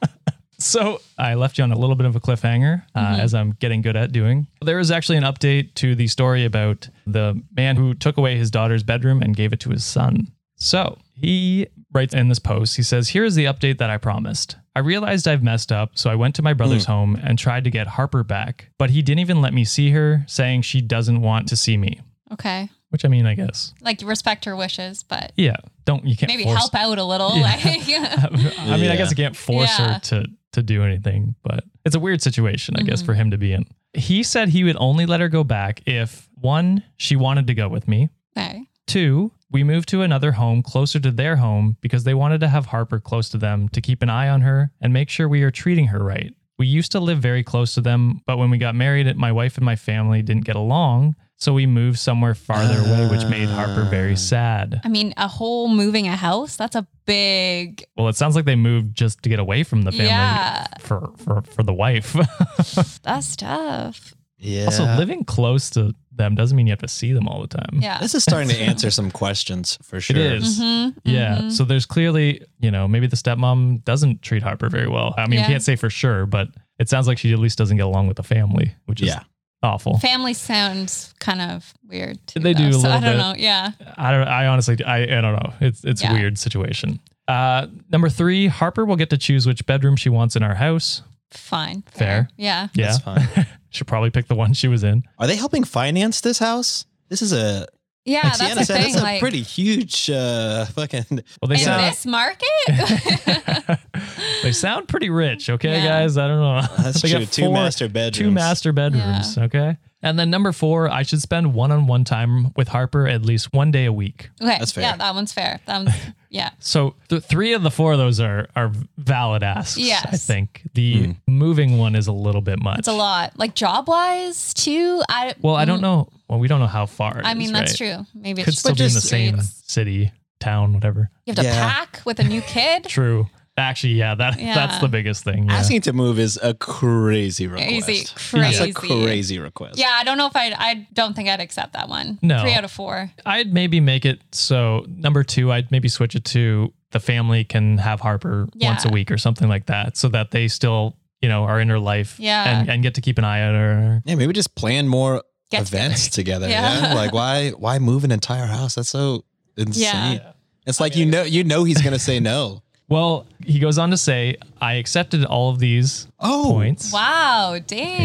[SPEAKER 2] So I left you on a little bit of a cliffhanger, uh,
[SPEAKER 4] Mm-hmm.
[SPEAKER 2] as I'm getting good at doing. There is actually an update to the story about the man who took away his daughter's bedroom and gave it to his son. So he writes in this post, he says, Here is the update that I promised. I realized I've messed up, so I went to my
[SPEAKER 4] Mm.
[SPEAKER 2] brother's home and tried to get Harper back, but he didn't even let me see her, saying she doesn't want to see me,
[SPEAKER 4] Okay.
[SPEAKER 2] which I mean, I guess.
[SPEAKER 4] Like respect her wishes, but
[SPEAKER 2] Yeah, don't, you can't
[SPEAKER 4] maybe
[SPEAKER 2] force
[SPEAKER 4] help out a little.
[SPEAKER 2] I
[SPEAKER 4] Like
[SPEAKER 2] mean, I
[SPEAKER 3] Yeah.
[SPEAKER 2] guess I can't force
[SPEAKER 4] Yeah.
[SPEAKER 2] her to to do anything, but it's a weird situation, I guess, for him to be in. He said he would only let her go back if one, she wanted to go with me.
[SPEAKER 4] Okay.
[SPEAKER 2] Two, we moved to another home closer to their home because they wanted to have Harper close to them to keep an eye on her and make sure we are treating her right. We used to live very close to them, but when we got married, my wife and my family didn't get along, so we moved somewhere farther away, which made Harper very sad.
[SPEAKER 4] I mean, a whole moving a house, that's a big
[SPEAKER 2] Well, it sounds like they moved just to get away from the family
[SPEAKER 4] Yeah.
[SPEAKER 2] for, for for the wife.
[SPEAKER 4] that's tough.
[SPEAKER 3] Yeah.
[SPEAKER 2] Also, living close to them doesn't mean you have to see them all the time.
[SPEAKER 4] Yeah.
[SPEAKER 3] this is starting to answer some questions for sure.
[SPEAKER 2] It is.
[SPEAKER 4] Mhm,
[SPEAKER 2] Yeah.
[SPEAKER 4] mhm.
[SPEAKER 2] So there's clearly, you know, maybe the stepmom doesn't treat Harper very well. I mean,
[SPEAKER 4] Yeah.
[SPEAKER 2] we can't say for sure, but it sounds like she at least doesn't get along with the family, which is
[SPEAKER 3] Yeah.
[SPEAKER 2] awful.
[SPEAKER 4] Family sounds kind of weird. Too,
[SPEAKER 2] They do
[SPEAKER 4] though,
[SPEAKER 2] a
[SPEAKER 4] so
[SPEAKER 2] little
[SPEAKER 4] I don't
[SPEAKER 2] bit.
[SPEAKER 4] know. Yeah.
[SPEAKER 2] I don't. I honestly, I, I don't know. It's it's
[SPEAKER 4] Yeah.
[SPEAKER 2] a weird situation. Uh, number three, Harper will get to choose which bedroom she wants in our house.
[SPEAKER 4] Fine.
[SPEAKER 2] Fair.
[SPEAKER 4] Yeah.
[SPEAKER 2] Yeah,
[SPEAKER 3] That's fine.
[SPEAKER 2] she'll probably pick the one she was in.
[SPEAKER 3] Are they helping finance this house? This is a,
[SPEAKER 4] Yeah.
[SPEAKER 3] like
[SPEAKER 4] that's
[SPEAKER 3] Sienna
[SPEAKER 4] the
[SPEAKER 3] said,
[SPEAKER 4] thing.
[SPEAKER 3] that's a
[SPEAKER 4] like
[SPEAKER 3] pretty huge uh, fucking.
[SPEAKER 2] Well, they
[SPEAKER 4] in
[SPEAKER 2] sound
[SPEAKER 4] this market.
[SPEAKER 2] they sound pretty rich, okay,
[SPEAKER 4] Yeah.
[SPEAKER 2] guys? I don't know.
[SPEAKER 3] That's
[SPEAKER 2] They got
[SPEAKER 3] true. Two master bedrooms.
[SPEAKER 2] Two master bedrooms, okay? And then number four, I should spend one on one time with Harper at least one day a week.
[SPEAKER 4] Okay.
[SPEAKER 3] That's fair.
[SPEAKER 4] Yeah, that one's fair. That one's, yeah.
[SPEAKER 2] So th- three of the four of those are are valid asks. I
[SPEAKER 4] Yes.
[SPEAKER 2] think the
[SPEAKER 3] Hmm.
[SPEAKER 2] moving one is a little bit much.
[SPEAKER 4] It's a lot. Like job wise too. I
[SPEAKER 2] Well, I don't know. Well, we don't know how far. it
[SPEAKER 4] I
[SPEAKER 2] is,
[SPEAKER 4] mean that's
[SPEAKER 2] right?
[SPEAKER 4] true. Maybe
[SPEAKER 2] Could
[SPEAKER 4] it's
[SPEAKER 2] still
[SPEAKER 4] just
[SPEAKER 2] be in the same
[SPEAKER 4] three. It's-
[SPEAKER 2] city, town, whatever.
[SPEAKER 4] You have to
[SPEAKER 3] Yeah.
[SPEAKER 4] pack with a new kid.
[SPEAKER 2] True. Actually, yeah, that that's
[SPEAKER 4] Yeah.
[SPEAKER 2] the biggest thing. yeah.
[SPEAKER 3] Asking to move is a crazy request.
[SPEAKER 4] Crazy,
[SPEAKER 3] That's a
[SPEAKER 4] crazy,
[SPEAKER 3] crazy request.
[SPEAKER 4] Yeah, I don't know if I. I don't think I'd accept that one.
[SPEAKER 2] No.
[SPEAKER 4] three out of four.
[SPEAKER 2] I'd maybe make it so number two, I'd maybe switch it to the family can have Harper
[SPEAKER 4] Yeah.
[SPEAKER 2] once a week or something like that so that they still, you know, are in her life
[SPEAKER 4] Yeah.
[SPEAKER 2] and, and get to keep an eye on her.
[SPEAKER 3] Yeah, maybe just plan more
[SPEAKER 4] Get
[SPEAKER 3] events together.
[SPEAKER 4] Yeah.
[SPEAKER 3] Yeah. Like why why move an entire house? That's so insane.
[SPEAKER 4] Yeah.
[SPEAKER 3] It's like you know you know he's gonna say no.
[SPEAKER 2] Well, he goes on to say, I accepted all of these
[SPEAKER 3] Oh
[SPEAKER 2] points.
[SPEAKER 4] Wow,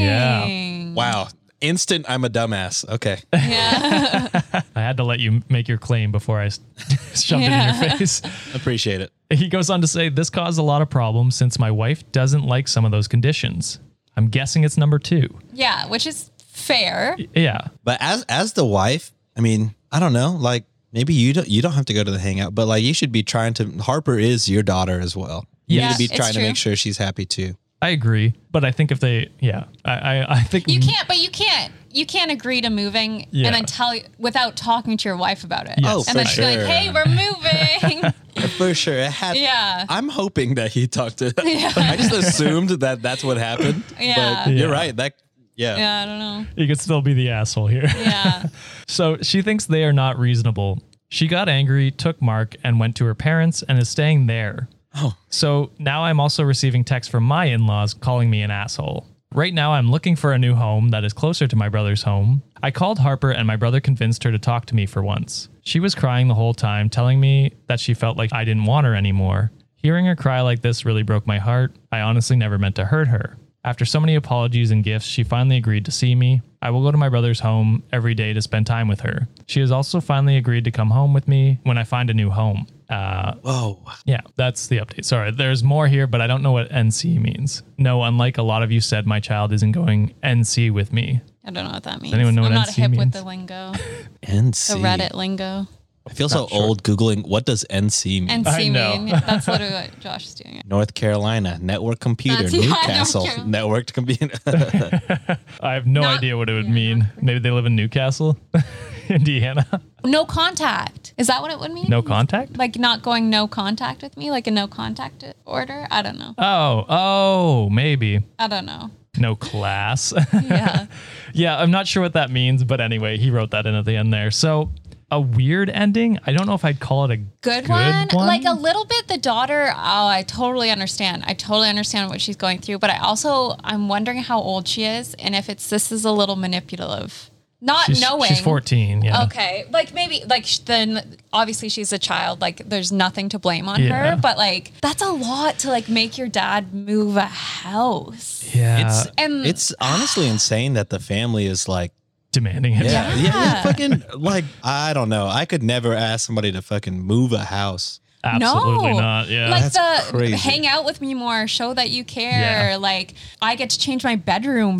[SPEAKER 4] dang.
[SPEAKER 3] wow. Instant I'm a dumbass. Okay.
[SPEAKER 4] Yeah.
[SPEAKER 2] I had to let you make your claim before I s- shoved it in
[SPEAKER 4] Yeah.
[SPEAKER 2] your face.
[SPEAKER 3] Appreciate it.
[SPEAKER 2] He goes on to say, This caused a lot of problems since my wife doesn't like some of those conditions. I'm guessing it's number two.
[SPEAKER 4] yeah, which is fair.
[SPEAKER 2] Yeah.
[SPEAKER 3] But as as the wife, I mean, I don't know, like maybe you don't you don't have to go to the hangout, but like you should be trying to Harper is your daughter as well. You
[SPEAKER 2] Yeah,
[SPEAKER 3] need to be
[SPEAKER 4] it's
[SPEAKER 3] trying to
[SPEAKER 4] true.
[SPEAKER 3] make sure she's happy too.
[SPEAKER 2] I agree. But I think if they, yeah, I, I, I think
[SPEAKER 4] You can't, but you can't. You can't agree to moving
[SPEAKER 2] Mm-hmm. Yeah.
[SPEAKER 4] and then tell without talking to your wife about it.
[SPEAKER 2] Yes.
[SPEAKER 3] Oh,
[SPEAKER 4] and
[SPEAKER 3] for
[SPEAKER 4] then she'd be
[SPEAKER 3] sure.
[SPEAKER 4] like, "Hey, we're moving."
[SPEAKER 3] For sure. It had,
[SPEAKER 4] Yeah.
[SPEAKER 3] I'm hoping that he talked to I just assumed that that's what happened.
[SPEAKER 4] Yeah.
[SPEAKER 3] But you're
[SPEAKER 2] Yeah.
[SPEAKER 3] right. That yeah.
[SPEAKER 4] yeah, I don't know.
[SPEAKER 2] You could still be the asshole here.
[SPEAKER 4] Yeah,
[SPEAKER 2] So she thinks they are not reasonable. She got angry, took Mark, and went to her parents and is staying there.
[SPEAKER 3] Oh.
[SPEAKER 2] So now I'm also receiving texts from my in laws calling me an asshole. Right now, I'm looking for a new home that is closer to my brother's home. I called Harper, and my brother convinced her to talk to me for once. She was crying the whole time, telling me that she felt like I didn't want her anymore. Hearing her cry like this really broke my heart. I honestly never meant to hurt her. After so many apologies and gifts, she finally agreed to see me. I will go to my brother's home every day to spend time with her. She has also finally agreed to come home with me when I find a new home. Uh,
[SPEAKER 3] Whoa.
[SPEAKER 2] yeah, that's the update. Sorry, there's more here, but I don't know what NC means. No, unlike a lot of you said, my child isn't going NC with me.
[SPEAKER 4] I don't know what that means.
[SPEAKER 2] anyone know
[SPEAKER 4] I'm
[SPEAKER 2] what
[SPEAKER 4] not
[SPEAKER 2] NC
[SPEAKER 4] hip
[SPEAKER 2] means?
[SPEAKER 4] with the lingo, the
[SPEAKER 3] NC.
[SPEAKER 4] Reddit lingo.
[SPEAKER 3] I feel so old Googling what does NC mean?
[SPEAKER 4] NC
[SPEAKER 2] know.
[SPEAKER 4] mean yeah, that's literally what Josh is doing.
[SPEAKER 3] North Carolina, network computer,
[SPEAKER 4] That's- yeah, North
[SPEAKER 3] Newcastle,
[SPEAKER 4] Carolina.
[SPEAKER 3] networked computer.
[SPEAKER 2] I have no
[SPEAKER 4] Not-
[SPEAKER 2] idea what it would mean. Maybe they live in Newcastle, Indiana.
[SPEAKER 4] No contact. Is that what it would mean?
[SPEAKER 2] No contact?
[SPEAKER 4] Like not going no contact with me, like a no contact order. I don't know.
[SPEAKER 2] Oh, oh, maybe.
[SPEAKER 4] I don't know.
[SPEAKER 2] No class.
[SPEAKER 4] Yeah.
[SPEAKER 2] yeah, I'm not sure what that means, but anyway, he wrote that in at the end there. So a weird ending. I don't know if I'd call it a
[SPEAKER 4] good,
[SPEAKER 2] good
[SPEAKER 4] one.
[SPEAKER 2] one?
[SPEAKER 4] Like a little bit the daughter, oh, I totally understand. I totally understand what she's going through, but I also I'm wondering how old she is and if it's this is a little manipulative. Not
[SPEAKER 2] she's,
[SPEAKER 4] knowing.
[SPEAKER 2] She's 14. Yeah.
[SPEAKER 4] Okay. Like maybe like sh- then obviously she's a child, like there's nothing to blame on
[SPEAKER 2] Yeah.
[SPEAKER 4] her, but like that's a lot to like make your dad move a house.
[SPEAKER 2] Yeah.
[SPEAKER 3] it's
[SPEAKER 4] And-
[SPEAKER 3] it's honestly insane that the family is like
[SPEAKER 2] demanding it.
[SPEAKER 3] yeah, yeah,
[SPEAKER 4] Yeah.
[SPEAKER 3] fucking like I don't know. I could never ask somebody to fucking move a house.
[SPEAKER 2] Absolutely
[SPEAKER 4] No.
[SPEAKER 2] not. Yeah.
[SPEAKER 4] like
[SPEAKER 3] That's
[SPEAKER 4] the
[SPEAKER 3] crazy.
[SPEAKER 4] hang out with me more, show that you care.
[SPEAKER 2] Yeah.
[SPEAKER 4] Like I get to change my bedroom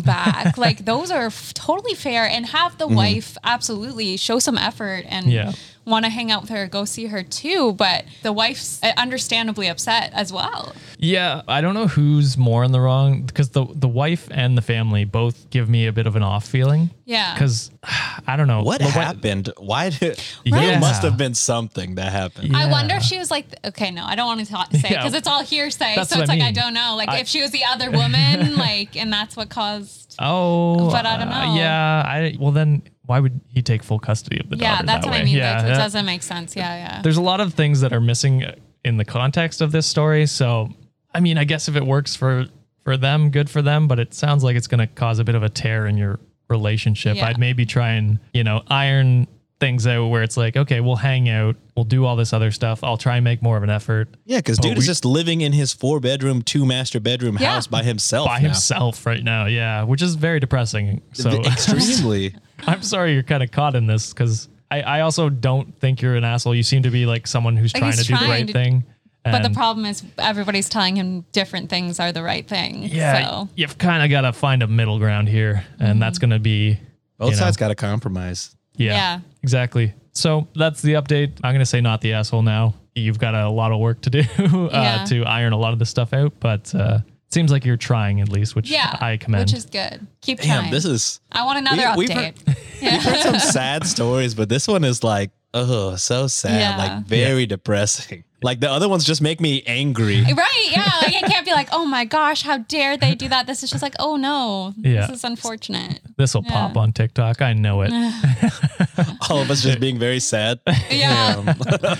[SPEAKER 4] back. like those are f- totally fair and have
[SPEAKER 3] Mm-hmm.
[SPEAKER 4] the wife absolutely show some effort and
[SPEAKER 2] Yeah.
[SPEAKER 4] want to hang out with her, go see her too. But the wife's uh, understandably upset as well.
[SPEAKER 2] Yeah, I don't know who's more in the wrong because the the wife and the family both give me a bit of an off feeling.
[SPEAKER 4] Yeah.
[SPEAKER 2] Because I don't know
[SPEAKER 3] What
[SPEAKER 2] The wi-
[SPEAKER 3] happened? Why did
[SPEAKER 2] Right.
[SPEAKER 3] there must have been something that happened?
[SPEAKER 4] I wonder if
[SPEAKER 2] Yeah.
[SPEAKER 4] she was like, okay, no, I don't want to ta- say
[SPEAKER 2] Yeah.
[SPEAKER 4] because it's all hearsay.
[SPEAKER 2] That's
[SPEAKER 4] so
[SPEAKER 2] what
[SPEAKER 4] it's
[SPEAKER 2] I
[SPEAKER 4] like, I
[SPEAKER 2] mean.
[SPEAKER 4] don't know. Like
[SPEAKER 2] I-
[SPEAKER 4] if she was the other woman, like, and that's what caused.
[SPEAKER 2] Oh,
[SPEAKER 4] But I don't
[SPEAKER 2] uh,
[SPEAKER 4] know.
[SPEAKER 2] yeah, I well then why would he take full custody of the
[SPEAKER 4] Yeah,
[SPEAKER 2] daughter
[SPEAKER 4] that's
[SPEAKER 2] that
[SPEAKER 4] what
[SPEAKER 2] way?
[SPEAKER 4] I mean.
[SPEAKER 2] Yeah,
[SPEAKER 4] like,
[SPEAKER 2] that-
[SPEAKER 4] it doesn't make sense. Yeah, yeah.
[SPEAKER 2] there's a lot of things that are missing in the context of this story. So I mean, I guess if it works for for them, good for them. But it sounds like it's going to cause a bit of a tear in your relationship.
[SPEAKER 4] Yeah.
[SPEAKER 2] I'd maybe try and you know iron things out where it's like, okay, we'll hang out, we'll do all this other stuff. I'll try and make more of an effort.
[SPEAKER 3] Yeah, because dude is just living in his four bedroom, two master bedroom
[SPEAKER 4] Yeah.
[SPEAKER 3] house by himself.
[SPEAKER 2] by
[SPEAKER 3] now.
[SPEAKER 2] himself right now. Yeah, which is very depressing. So
[SPEAKER 3] extremely.
[SPEAKER 2] I'm sorry you're kind of caught in this because I, I also don't think you're an asshole. You seem to be like someone who's
[SPEAKER 4] Like,
[SPEAKER 2] trying to
[SPEAKER 4] he's
[SPEAKER 2] do the
[SPEAKER 4] trying
[SPEAKER 2] right
[SPEAKER 4] to-
[SPEAKER 2] thing.
[SPEAKER 4] But the
[SPEAKER 2] And,
[SPEAKER 4] problem is everybody's telling him different things are the right thing.
[SPEAKER 2] yeah,
[SPEAKER 4] So Mm-hmm.
[SPEAKER 2] you've kind of got to find a middle ground here, and that's going to be
[SPEAKER 3] Both
[SPEAKER 2] You know.
[SPEAKER 3] sides got to compromise.
[SPEAKER 2] yeah,
[SPEAKER 4] Yeah.
[SPEAKER 2] exactly. So that's the update. I'm going to say not the asshole now. You've got a lot of work to do uh,
[SPEAKER 4] Yeah.
[SPEAKER 2] to iron a lot of this stuff out, but uh, it seems like you're trying at least, which
[SPEAKER 4] yeah.
[SPEAKER 2] I commend.
[SPEAKER 4] Which is good. Keep
[SPEAKER 3] Damn,
[SPEAKER 4] trying.
[SPEAKER 3] this is.
[SPEAKER 4] I want another
[SPEAKER 3] We- we've
[SPEAKER 4] update.
[SPEAKER 3] We've heard some sad stories, but this one is like, oh, so sad,
[SPEAKER 4] Yeah.
[SPEAKER 3] like very depressing. Like the other ones just make me angry.
[SPEAKER 4] Right, yeah. Like it can't be like, oh my gosh, how dare they do that? This is just like, oh no,
[SPEAKER 2] Yeah.
[SPEAKER 4] this is unfortunate.
[SPEAKER 2] this will pop on TikTok. I know it. I
[SPEAKER 3] All of us just being very sad.
[SPEAKER 4] Yeah,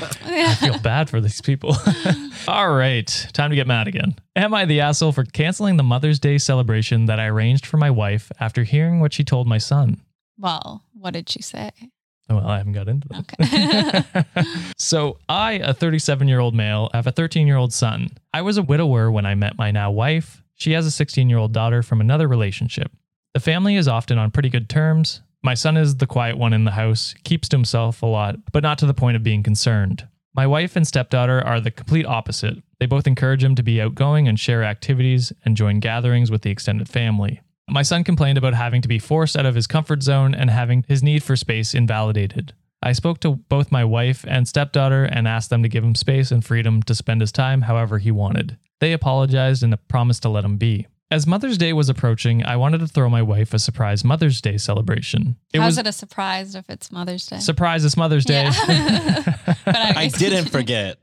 [SPEAKER 2] feel bad for these people. All right, time to get mad again. Am I the asshole for canceling the Mother's Day celebration that I arranged for my wife after hearing what she told my son?
[SPEAKER 4] Well, what did she say?
[SPEAKER 2] Oh, Well, I haven't got into that.
[SPEAKER 4] Okay.
[SPEAKER 2] so, I, a 37 year old male, have a 13 year old son. I was a widower when I met my now wife. She has a 16 year old daughter from another relationship. The family is often on pretty good terms. My son is the quiet one in the house, keeps to himself a lot, but not to the point of being concerned. My wife and stepdaughter are the complete opposite. They both encourage him to be outgoing and share activities and join gatherings with the extended family. My son complained about having to be forced out of his comfort zone and having his need for space invalidated. I spoke to both my wife and stepdaughter and asked them to give him space and freedom to spend his time however he wanted. They apologized and promised to let him be. As Mother's Day was approaching, I wanted to throw my wife a surprise Mother's Day celebration. It
[SPEAKER 4] How's
[SPEAKER 2] was
[SPEAKER 4] it a surprise if it's Mother's Day?
[SPEAKER 2] surprise it's Mother's Day.
[SPEAKER 4] Yeah. but
[SPEAKER 3] I didn't forget.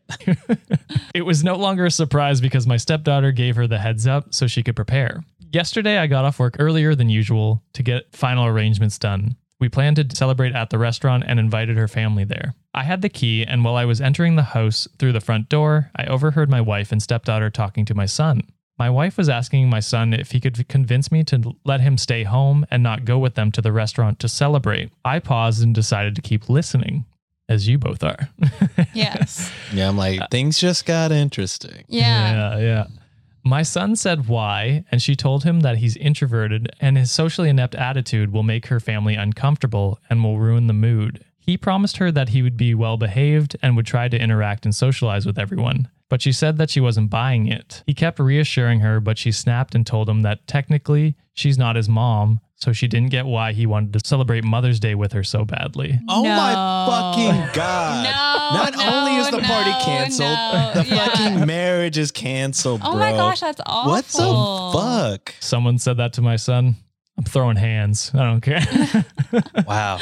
[SPEAKER 2] It was no longer a surprise because my stepdaughter gave her the heads up so she could prepare. Yesterday, I got off work earlier than usual to get final arrangements done. We planned to celebrate at the restaurant and invited her family there. I had the key, and while I was entering the house through the front door, I overheard my wife and stepdaughter talking to my son. My wife was asking my son if he could convince me to let him stay home and not go with them to the restaurant to celebrate. I paused and decided to keep listening, as you both are.
[SPEAKER 4] Yes.
[SPEAKER 3] Yeah, I'm like, things just got interesting.
[SPEAKER 4] Yeah.
[SPEAKER 2] Yeah, yeah. My son said why, and she told him that he's introverted and his socially inept attitude will make her family uncomfortable and will ruin the mood. He promised her that he would be well behaved and would try to interact and socialize with everyone, but she said that she wasn't buying it. He kept reassuring her, but she snapped and told him that technically she's not his mom, so she didn't get why he wanted to celebrate Mother's Day with her so badly.
[SPEAKER 3] Oh
[SPEAKER 4] No.
[SPEAKER 3] my fucking god!
[SPEAKER 4] No,
[SPEAKER 3] Not only is the
[SPEAKER 4] no,
[SPEAKER 3] party
[SPEAKER 4] no,
[SPEAKER 3] canceled,
[SPEAKER 4] no,
[SPEAKER 3] the
[SPEAKER 4] yeah.
[SPEAKER 3] fucking marriage is canceled, bro.
[SPEAKER 4] Oh my gosh, that's awful.
[SPEAKER 3] What the fuck?
[SPEAKER 2] Someone said that to my son. I'm throwing hands. I don't care.
[SPEAKER 3] Wow.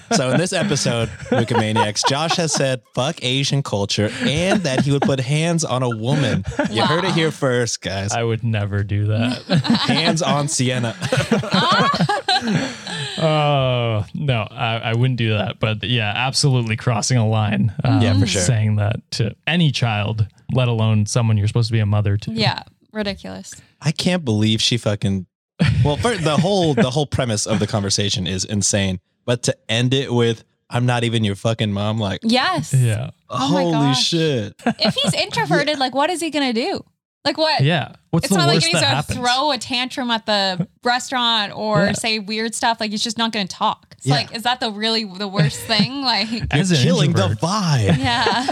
[SPEAKER 3] so in this episode, Wikimaniacs, Josh has said fuck Asian culture and that he would put hands on a woman. You heard it here first, guys.
[SPEAKER 2] I would never do that.
[SPEAKER 3] Hands on Sienna.
[SPEAKER 2] Oh no, I, I wouldn't do that. But yeah, absolutely crossing a line. um,
[SPEAKER 3] Yeah, for sure.
[SPEAKER 2] Saying that to any child, let alone someone you're supposed to be a mother to.
[SPEAKER 4] Yeah. Ridiculous.
[SPEAKER 3] I can't believe she fucking Well, for the whole the whole premise of the conversation is insane. But to end it with I'm not even your fucking mom, like
[SPEAKER 4] Yes.
[SPEAKER 2] yeah,
[SPEAKER 4] Oh my
[SPEAKER 3] holy
[SPEAKER 4] gosh.
[SPEAKER 3] shit.
[SPEAKER 4] If he's introverted, like what is he gonna do? Like what?
[SPEAKER 2] yeah. What's
[SPEAKER 4] It's
[SPEAKER 2] the
[SPEAKER 4] not like
[SPEAKER 2] worst
[SPEAKER 4] he's
[SPEAKER 2] that
[SPEAKER 4] gonna
[SPEAKER 2] happens?
[SPEAKER 4] throw a tantrum at the restaurant or
[SPEAKER 2] Yeah.
[SPEAKER 4] say weird stuff. Like he's just not gonna talk. It's
[SPEAKER 3] Yeah.
[SPEAKER 4] like, is that the really the worst thing? Like
[SPEAKER 2] As an
[SPEAKER 3] Killing
[SPEAKER 2] introvert.
[SPEAKER 3] the vibe.
[SPEAKER 4] Yeah.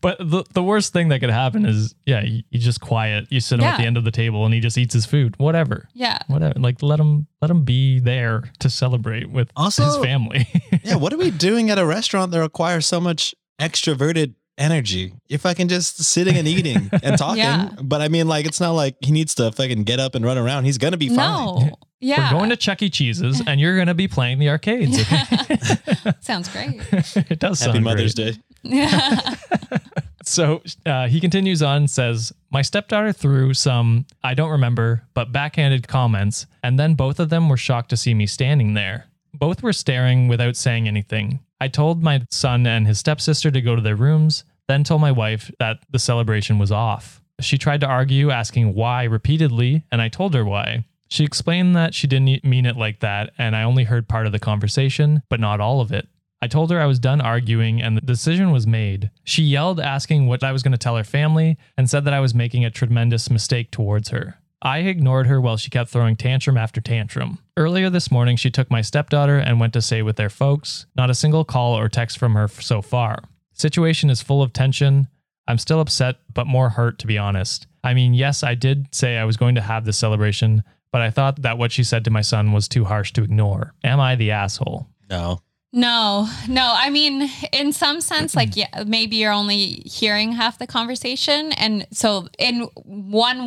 [SPEAKER 2] But the, the worst thing that could happen is yeah, you, you just quiet. You sit him at
[SPEAKER 4] Yeah.
[SPEAKER 2] the end of the table and he just eats his food. Whatever.
[SPEAKER 4] Yeah.
[SPEAKER 2] Whatever. Like let him let him be there to celebrate with
[SPEAKER 3] Also-
[SPEAKER 2] his family.
[SPEAKER 3] Yeah, what are we doing at a restaurant that requires so much extroverted energy? You're fucking just sitting and eating and talking.
[SPEAKER 4] Yeah.
[SPEAKER 3] But I mean, like, it's not like he needs to fucking get up and run around. He's gonna be fine.
[SPEAKER 4] No. Yeah.
[SPEAKER 2] We're going to Chuck E. Cheese's and you're gonna be playing the arcades. okay?
[SPEAKER 4] Sounds great.
[SPEAKER 2] it does
[SPEAKER 3] Happy
[SPEAKER 2] sound
[SPEAKER 3] Mother's
[SPEAKER 2] great.
[SPEAKER 3] Day.
[SPEAKER 4] Yeah.
[SPEAKER 2] So uh, he continues on and says, My stepdaughter threw some, I don't remember, but backhanded comments, and then both of them were shocked to see me standing there. Both were staring without saying anything. I told my son and his stepsister to go to their rooms, then told my wife that the celebration was off. She tried to argue, asking why repeatedly, and I told her why. She explained that she didn't mean it like that, and I only heard part of the conversation, but not all of it. I told her I was done arguing and the decision was made. She yelled, asking what I was going to tell her family, and said that I was making a tremendous mistake towards her. I ignored her while she kept throwing tantrum after tantrum. Earlier this morning, she took my stepdaughter and went to stay with their folks. Not a single call or text from her f- so far. Situation is full of tension. I'm still upset, but more hurt, to be honest. I mean, yes, I did say I was going to have this celebration, but I thought that what she said to my son was too harsh to ignore. Am I the asshole?
[SPEAKER 3] No.
[SPEAKER 4] No, no. I mean, in some sense, like, yeah, maybe you're only hearing half the conversation. And so, in one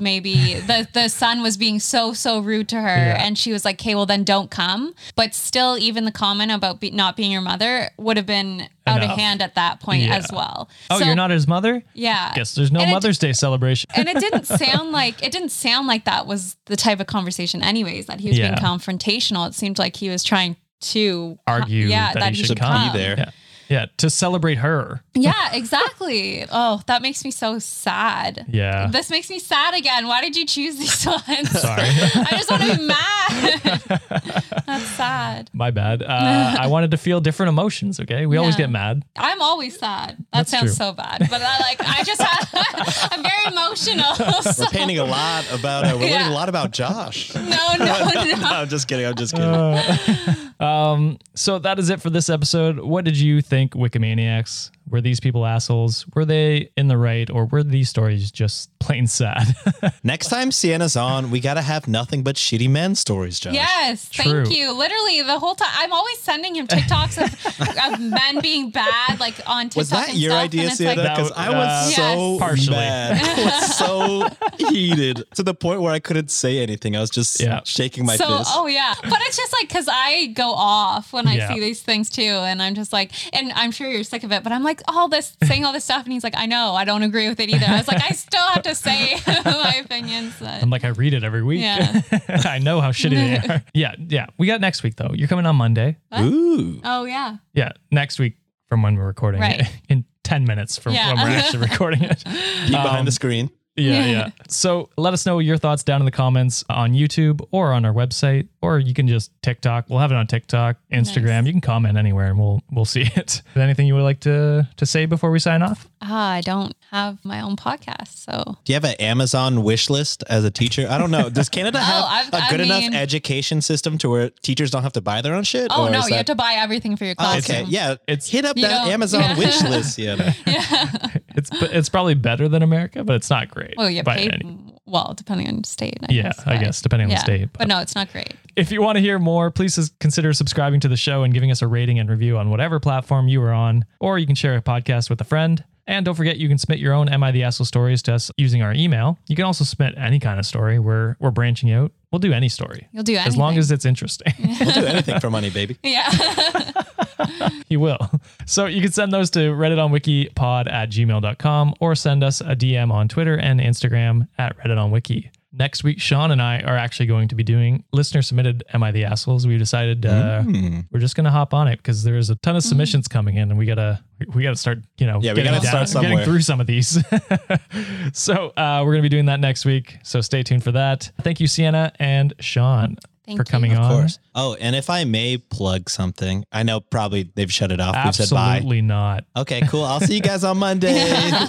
[SPEAKER 4] maybe the, the son was being so, so rude to her.
[SPEAKER 2] Yeah.
[SPEAKER 4] And she was like, okay, well, then don't come. But still, even the comment about be- not being your mother would have been out
[SPEAKER 2] Enough.
[SPEAKER 4] of hand at that point
[SPEAKER 2] Yeah.
[SPEAKER 4] as well.
[SPEAKER 2] Oh,
[SPEAKER 4] So-
[SPEAKER 2] you're not his mother?
[SPEAKER 4] Yeah.
[SPEAKER 2] Guess there's no
[SPEAKER 4] And it-
[SPEAKER 2] Mother's Day celebration.
[SPEAKER 4] and it didn't sound like it didn't sound like that was the type of conversation anyways that he was
[SPEAKER 2] Yeah.
[SPEAKER 4] being confrontational it seemed like he was trying to
[SPEAKER 2] Argue
[SPEAKER 4] yeah
[SPEAKER 2] that
[SPEAKER 4] that,
[SPEAKER 2] he
[SPEAKER 4] he,
[SPEAKER 2] should
[SPEAKER 4] should
[SPEAKER 2] come.
[SPEAKER 4] come,
[SPEAKER 3] Be there.
[SPEAKER 2] Yeah. Yeah, to celebrate her.
[SPEAKER 4] yeah exactly oh that makes me so sad
[SPEAKER 2] Yeah.
[SPEAKER 4] this makes me sad again why did you choose these ones
[SPEAKER 2] Sorry.
[SPEAKER 4] i just want to be mad that's sad.
[SPEAKER 2] My bad. Uh, I wanted to feel different emotions. Okay, we always
[SPEAKER 4] Yeah.
[SPEAKER 2] get mad.
[SPEAKER 4] I'm always sad. That
[SPEAKER 2] That's
[SPEAKER 4] sounds
[SPEAKER 2] true.
[SPEAKER 4] so bad, but I like I just have, I'm very emotional.
[SPEAKER 3] We're
[SPEAKER 4] so-
[SPEAKER 3] painting a lot about. Uh, we're
[SPEAKER 4] Yeah.
[SPEAKER 3] learning a lot about Josh. No,
[SPEAKER 4] no, no, no.
[SPEAKER 3] I'm just kidding. I'm just kidding.
[SPEAKER 2] So that is it for this episode. What did you think, Wikimaniacs? Were these people assholes? Were they in the right, or were these stories just plain sad?
[SPEAKER 3] Next time Sienna's on, we gotta have nothing but shitty men stories, Josh.
[SPEAKER 4] Yes,
[SPEAKER 2] True.
[SPEAKER 4] thank you. Literally the whole time, I'm always sending him TikToks of, of men being bad, like on TikTok.
[SPEAKER 3] Was that
[SPEAKER 4] and
[SPEAKER 3] your
[SPEAKER 4] stuff,
[SPEAKER 3] idea,
[SPEAKER 4] and it's
[SPEAKER 3] Sienna?
[SPEAKER 2] That
[SPEAKER 3] Because
[SPEAKER 2] w-
[SPEAKER 3] I was
[SPEAKER 2] uh,
[SPEAKER 3] so
[SPEAKER 4] Yes.
[SPEAKER 2] Partially.
[SPEAKER 3] mad. I was so heated to the point where I couldn't say anything. I was just
[SPEAKER 2] Yeah.
[SPEAKER 3] shaking my
[SPEAKER 4] so,
[SPEAKER 3] fist.
[SPEAKER 4] oh yeah, but it's just like because I go off when I
[SPEAKER 2] Yeah.
[SPEAKER 4] see these things too, and I'm just like, and I'm sure you're sick of it, but I'm like all this saying all this stuff, and he's like, I know, I don't agree with it either. I was like, I still have to say my opinions.
[SPEAKER 2] I'm like, I read it every week.
[SPEAKER 4] Yeah.
[SPEAKER 2] I know how shitty they are. Yeah, yeah. We got next week though. You're coming on Monday.
[SPEAKER 3] Ooh.
[SPEAKER 4] oh yeah,
[SPEAKER 2] Yeah, next week from when we're recording it.
[SPEAKER 4] Right.
[SPEAKER 2] In 10 minutes from
[SPEAKER 4] Yeah.
[SPEAKER 2] when we're actually recording it.
[SPEAKER 3] Peek behind
[SPEAKER 2] Um,
[SPEAKER 3] the screen.
[SPEAKER 2] Yeah, yeah. So let us know your thoughts down in the comments on YouTube or on our website, or you can just TikTok. We'll have it on TikTok, Instagram. You can comment anywhere, and we'll we'll see it. Anything you would like to to say before we sign off?
[SPEAKER 4] ah, I don't have my own podcast, so
[SPEAKER 3] Do you have an Amazon wish list as a teacher? I don't know. Does Canada have
[SPEAKER 4] Oh, I've-
[SPEAKER 3] a
[SPEAKER 4] I
[SPEAKER 3] good enough
[SPEAKER 4] mean-
[SPEAKER 3] education system to where teachers don't have to buy their own shit?
[SPEAKER 4] oh
[SPEAKER 3] Or
[SPEAKER 4] no,
[SPEAKER 3] is
[SPEAKER 4] you
[SPEAKER 3] that-
[SPEAKER 4] have to buy everything for your
[SPEAKER 3] Oh,
[SPEAKER 4] classroom.
[SPEAKER 3] okay. Yeah.
[SPEAKER 2] It's-
[SPEAKER 3] It's hit up
[SPEAKER 4] You
[SPEAKER 3] that
[SPEAKER 4] don't-
[SPEAKER 3] Amazon
[SPEAKER 4] yeah.
[SPEAKER 3] wish list, Sienna.
[SPEAKER 2] It's it's probably better than America, but it's not great.
[SPEAKER 4] Well, you
[SPEAKER 2] by
[SPEAKER 4] paid.
[SPEAKER 2] any-
[SPEAKER 4] Well, depending on state. I
[SPEAKER 2] Yeah,
[SPEAKER 4] guess,
[SPEAKER 2] I
[SPEAKER 4] but-
[SPEAKER 2] guess, depending on the
[SPEAKER 4] yeah.
[SPEAKER 2] state,
[SPEAKER 4] But.
[SPEAKER 2] but-
[SPEAKER 4] no, it's not great.
[SPEAKER 2] If you want to hear more, please sus- consider subscribing to the show and giving us a rating and review on whatever platform you are on, or you can share a podcast with a friend. And don't forget, you can submit your own "Am I the Asshole?" stories to us using our email. You can also submit any kind of story. We're we're branching out. We'll do any story.
[SPEAKER 4] You'll do
[SPEAKER 2] as long
[SPEAKER 4] anything.
[SPEAKER 2] as it's interesting.
[SPEAKER 3] We'll do anything for money, baby.
[SPEAKER 4] Yeah.
[SPEAKER 2] you will. So you can send those to redditonwikipod at gmail.com or send us a DM on Twitter and Instagram at redditonwiki. Next week, Sean and I are actually going to be doing listener submitted Am I the Assholes? We've decided uh,
[SPEAKER 3] Mm.
[SPEAKER 2] we're just going to hop on it because there's a ton of submissions coming in and we got to we got to start, you know,
[SPEAKER 3] Yeah, we gotta start
[SPEAKER 2] getting
[SPEAKER 3] somewhere.
[SPEAKER 2] through some of these. so uh, we're going to be doing that next week. So stay tuned for that. Thank you, Sienna and Sean
[SPEAKER 4] Thank
[SPEAKER 2] for
[SPEAKER 4] you.
[SPEAKER 2] coming
[SPEAKER 4] Of
[SPEAKER 2] on.
[SPEAKER 3] Of course. Oh, and if I may plug something, I know probably they've shut it off. We've said bye.
[SPEAKER 2] Absolutely not.
[SPEAKER 3] Okay, cool. I'll see you guys on Monday.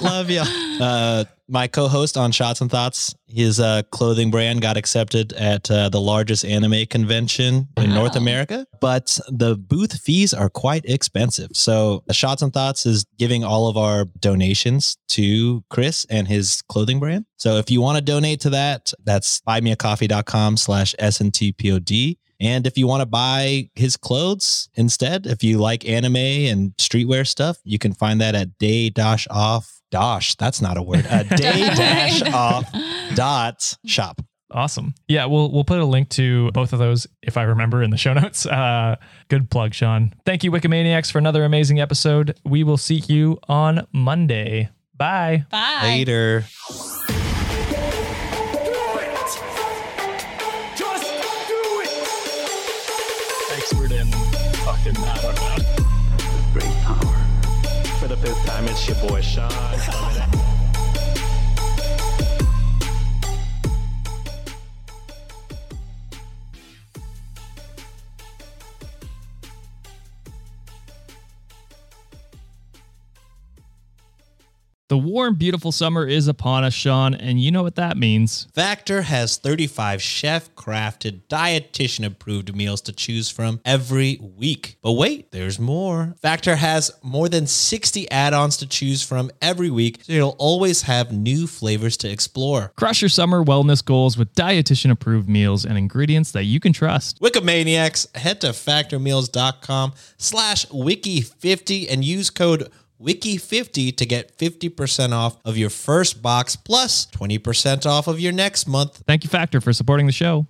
[SPEAKER 3] Love you. Uh, my co-host on Shots and Thoughts, his uh, clothing brand got accepted at uh, the largest anime convention in North America, but the booth fees are quite expensive. So Shots and Thoughts is giving all of our donations to Chris and his clothing brand. So if you want to donate to that, that's buymeacoffee.com slash SNTPOD. And if you want to buy his clothes instead, if you like anime and streetwear stuff, you can find that at day dash off dosh. That's not a word. Uh, day dash off dot shop.
[SPEAKER 2] Awesome. Yeah, we'll we'll put a link to both of those if I remember in the show notes. Uh, good plug, Sean. Thank you, Wikimaniacs, for another amazing episode. We will see you on Monday. Bye.
[SPEAKER 4] Bye.
[SPEAKER 3] Later.
[SPEAKER 1] Expert in fucking, I don't know. Great power. For the fifth time, it's your boy Sean coming at
[SPEAKER 2] The warm, beautiful summer is upon us, Sean, and you know what that means.
[SPEAKER 3] Factor has 35 chef crafted, dietitian approved meals to choose from every week. But wait, there's more. Factor has more than 60 add ons to choose from every week, so you'll always have new flavors to explore.
[SPEAKER 2] Crush your summer wellness goals with dietitian approved meals and ingredients that you can trust.
[SPEAKER 3] Wikimaniacs, head to factormeals.com slash wiki50 and use code wiki50 to get 50% off of your first box plus 20% off of your next month.
[SPEAKER 2] Thank you, Factor, for supporting the show.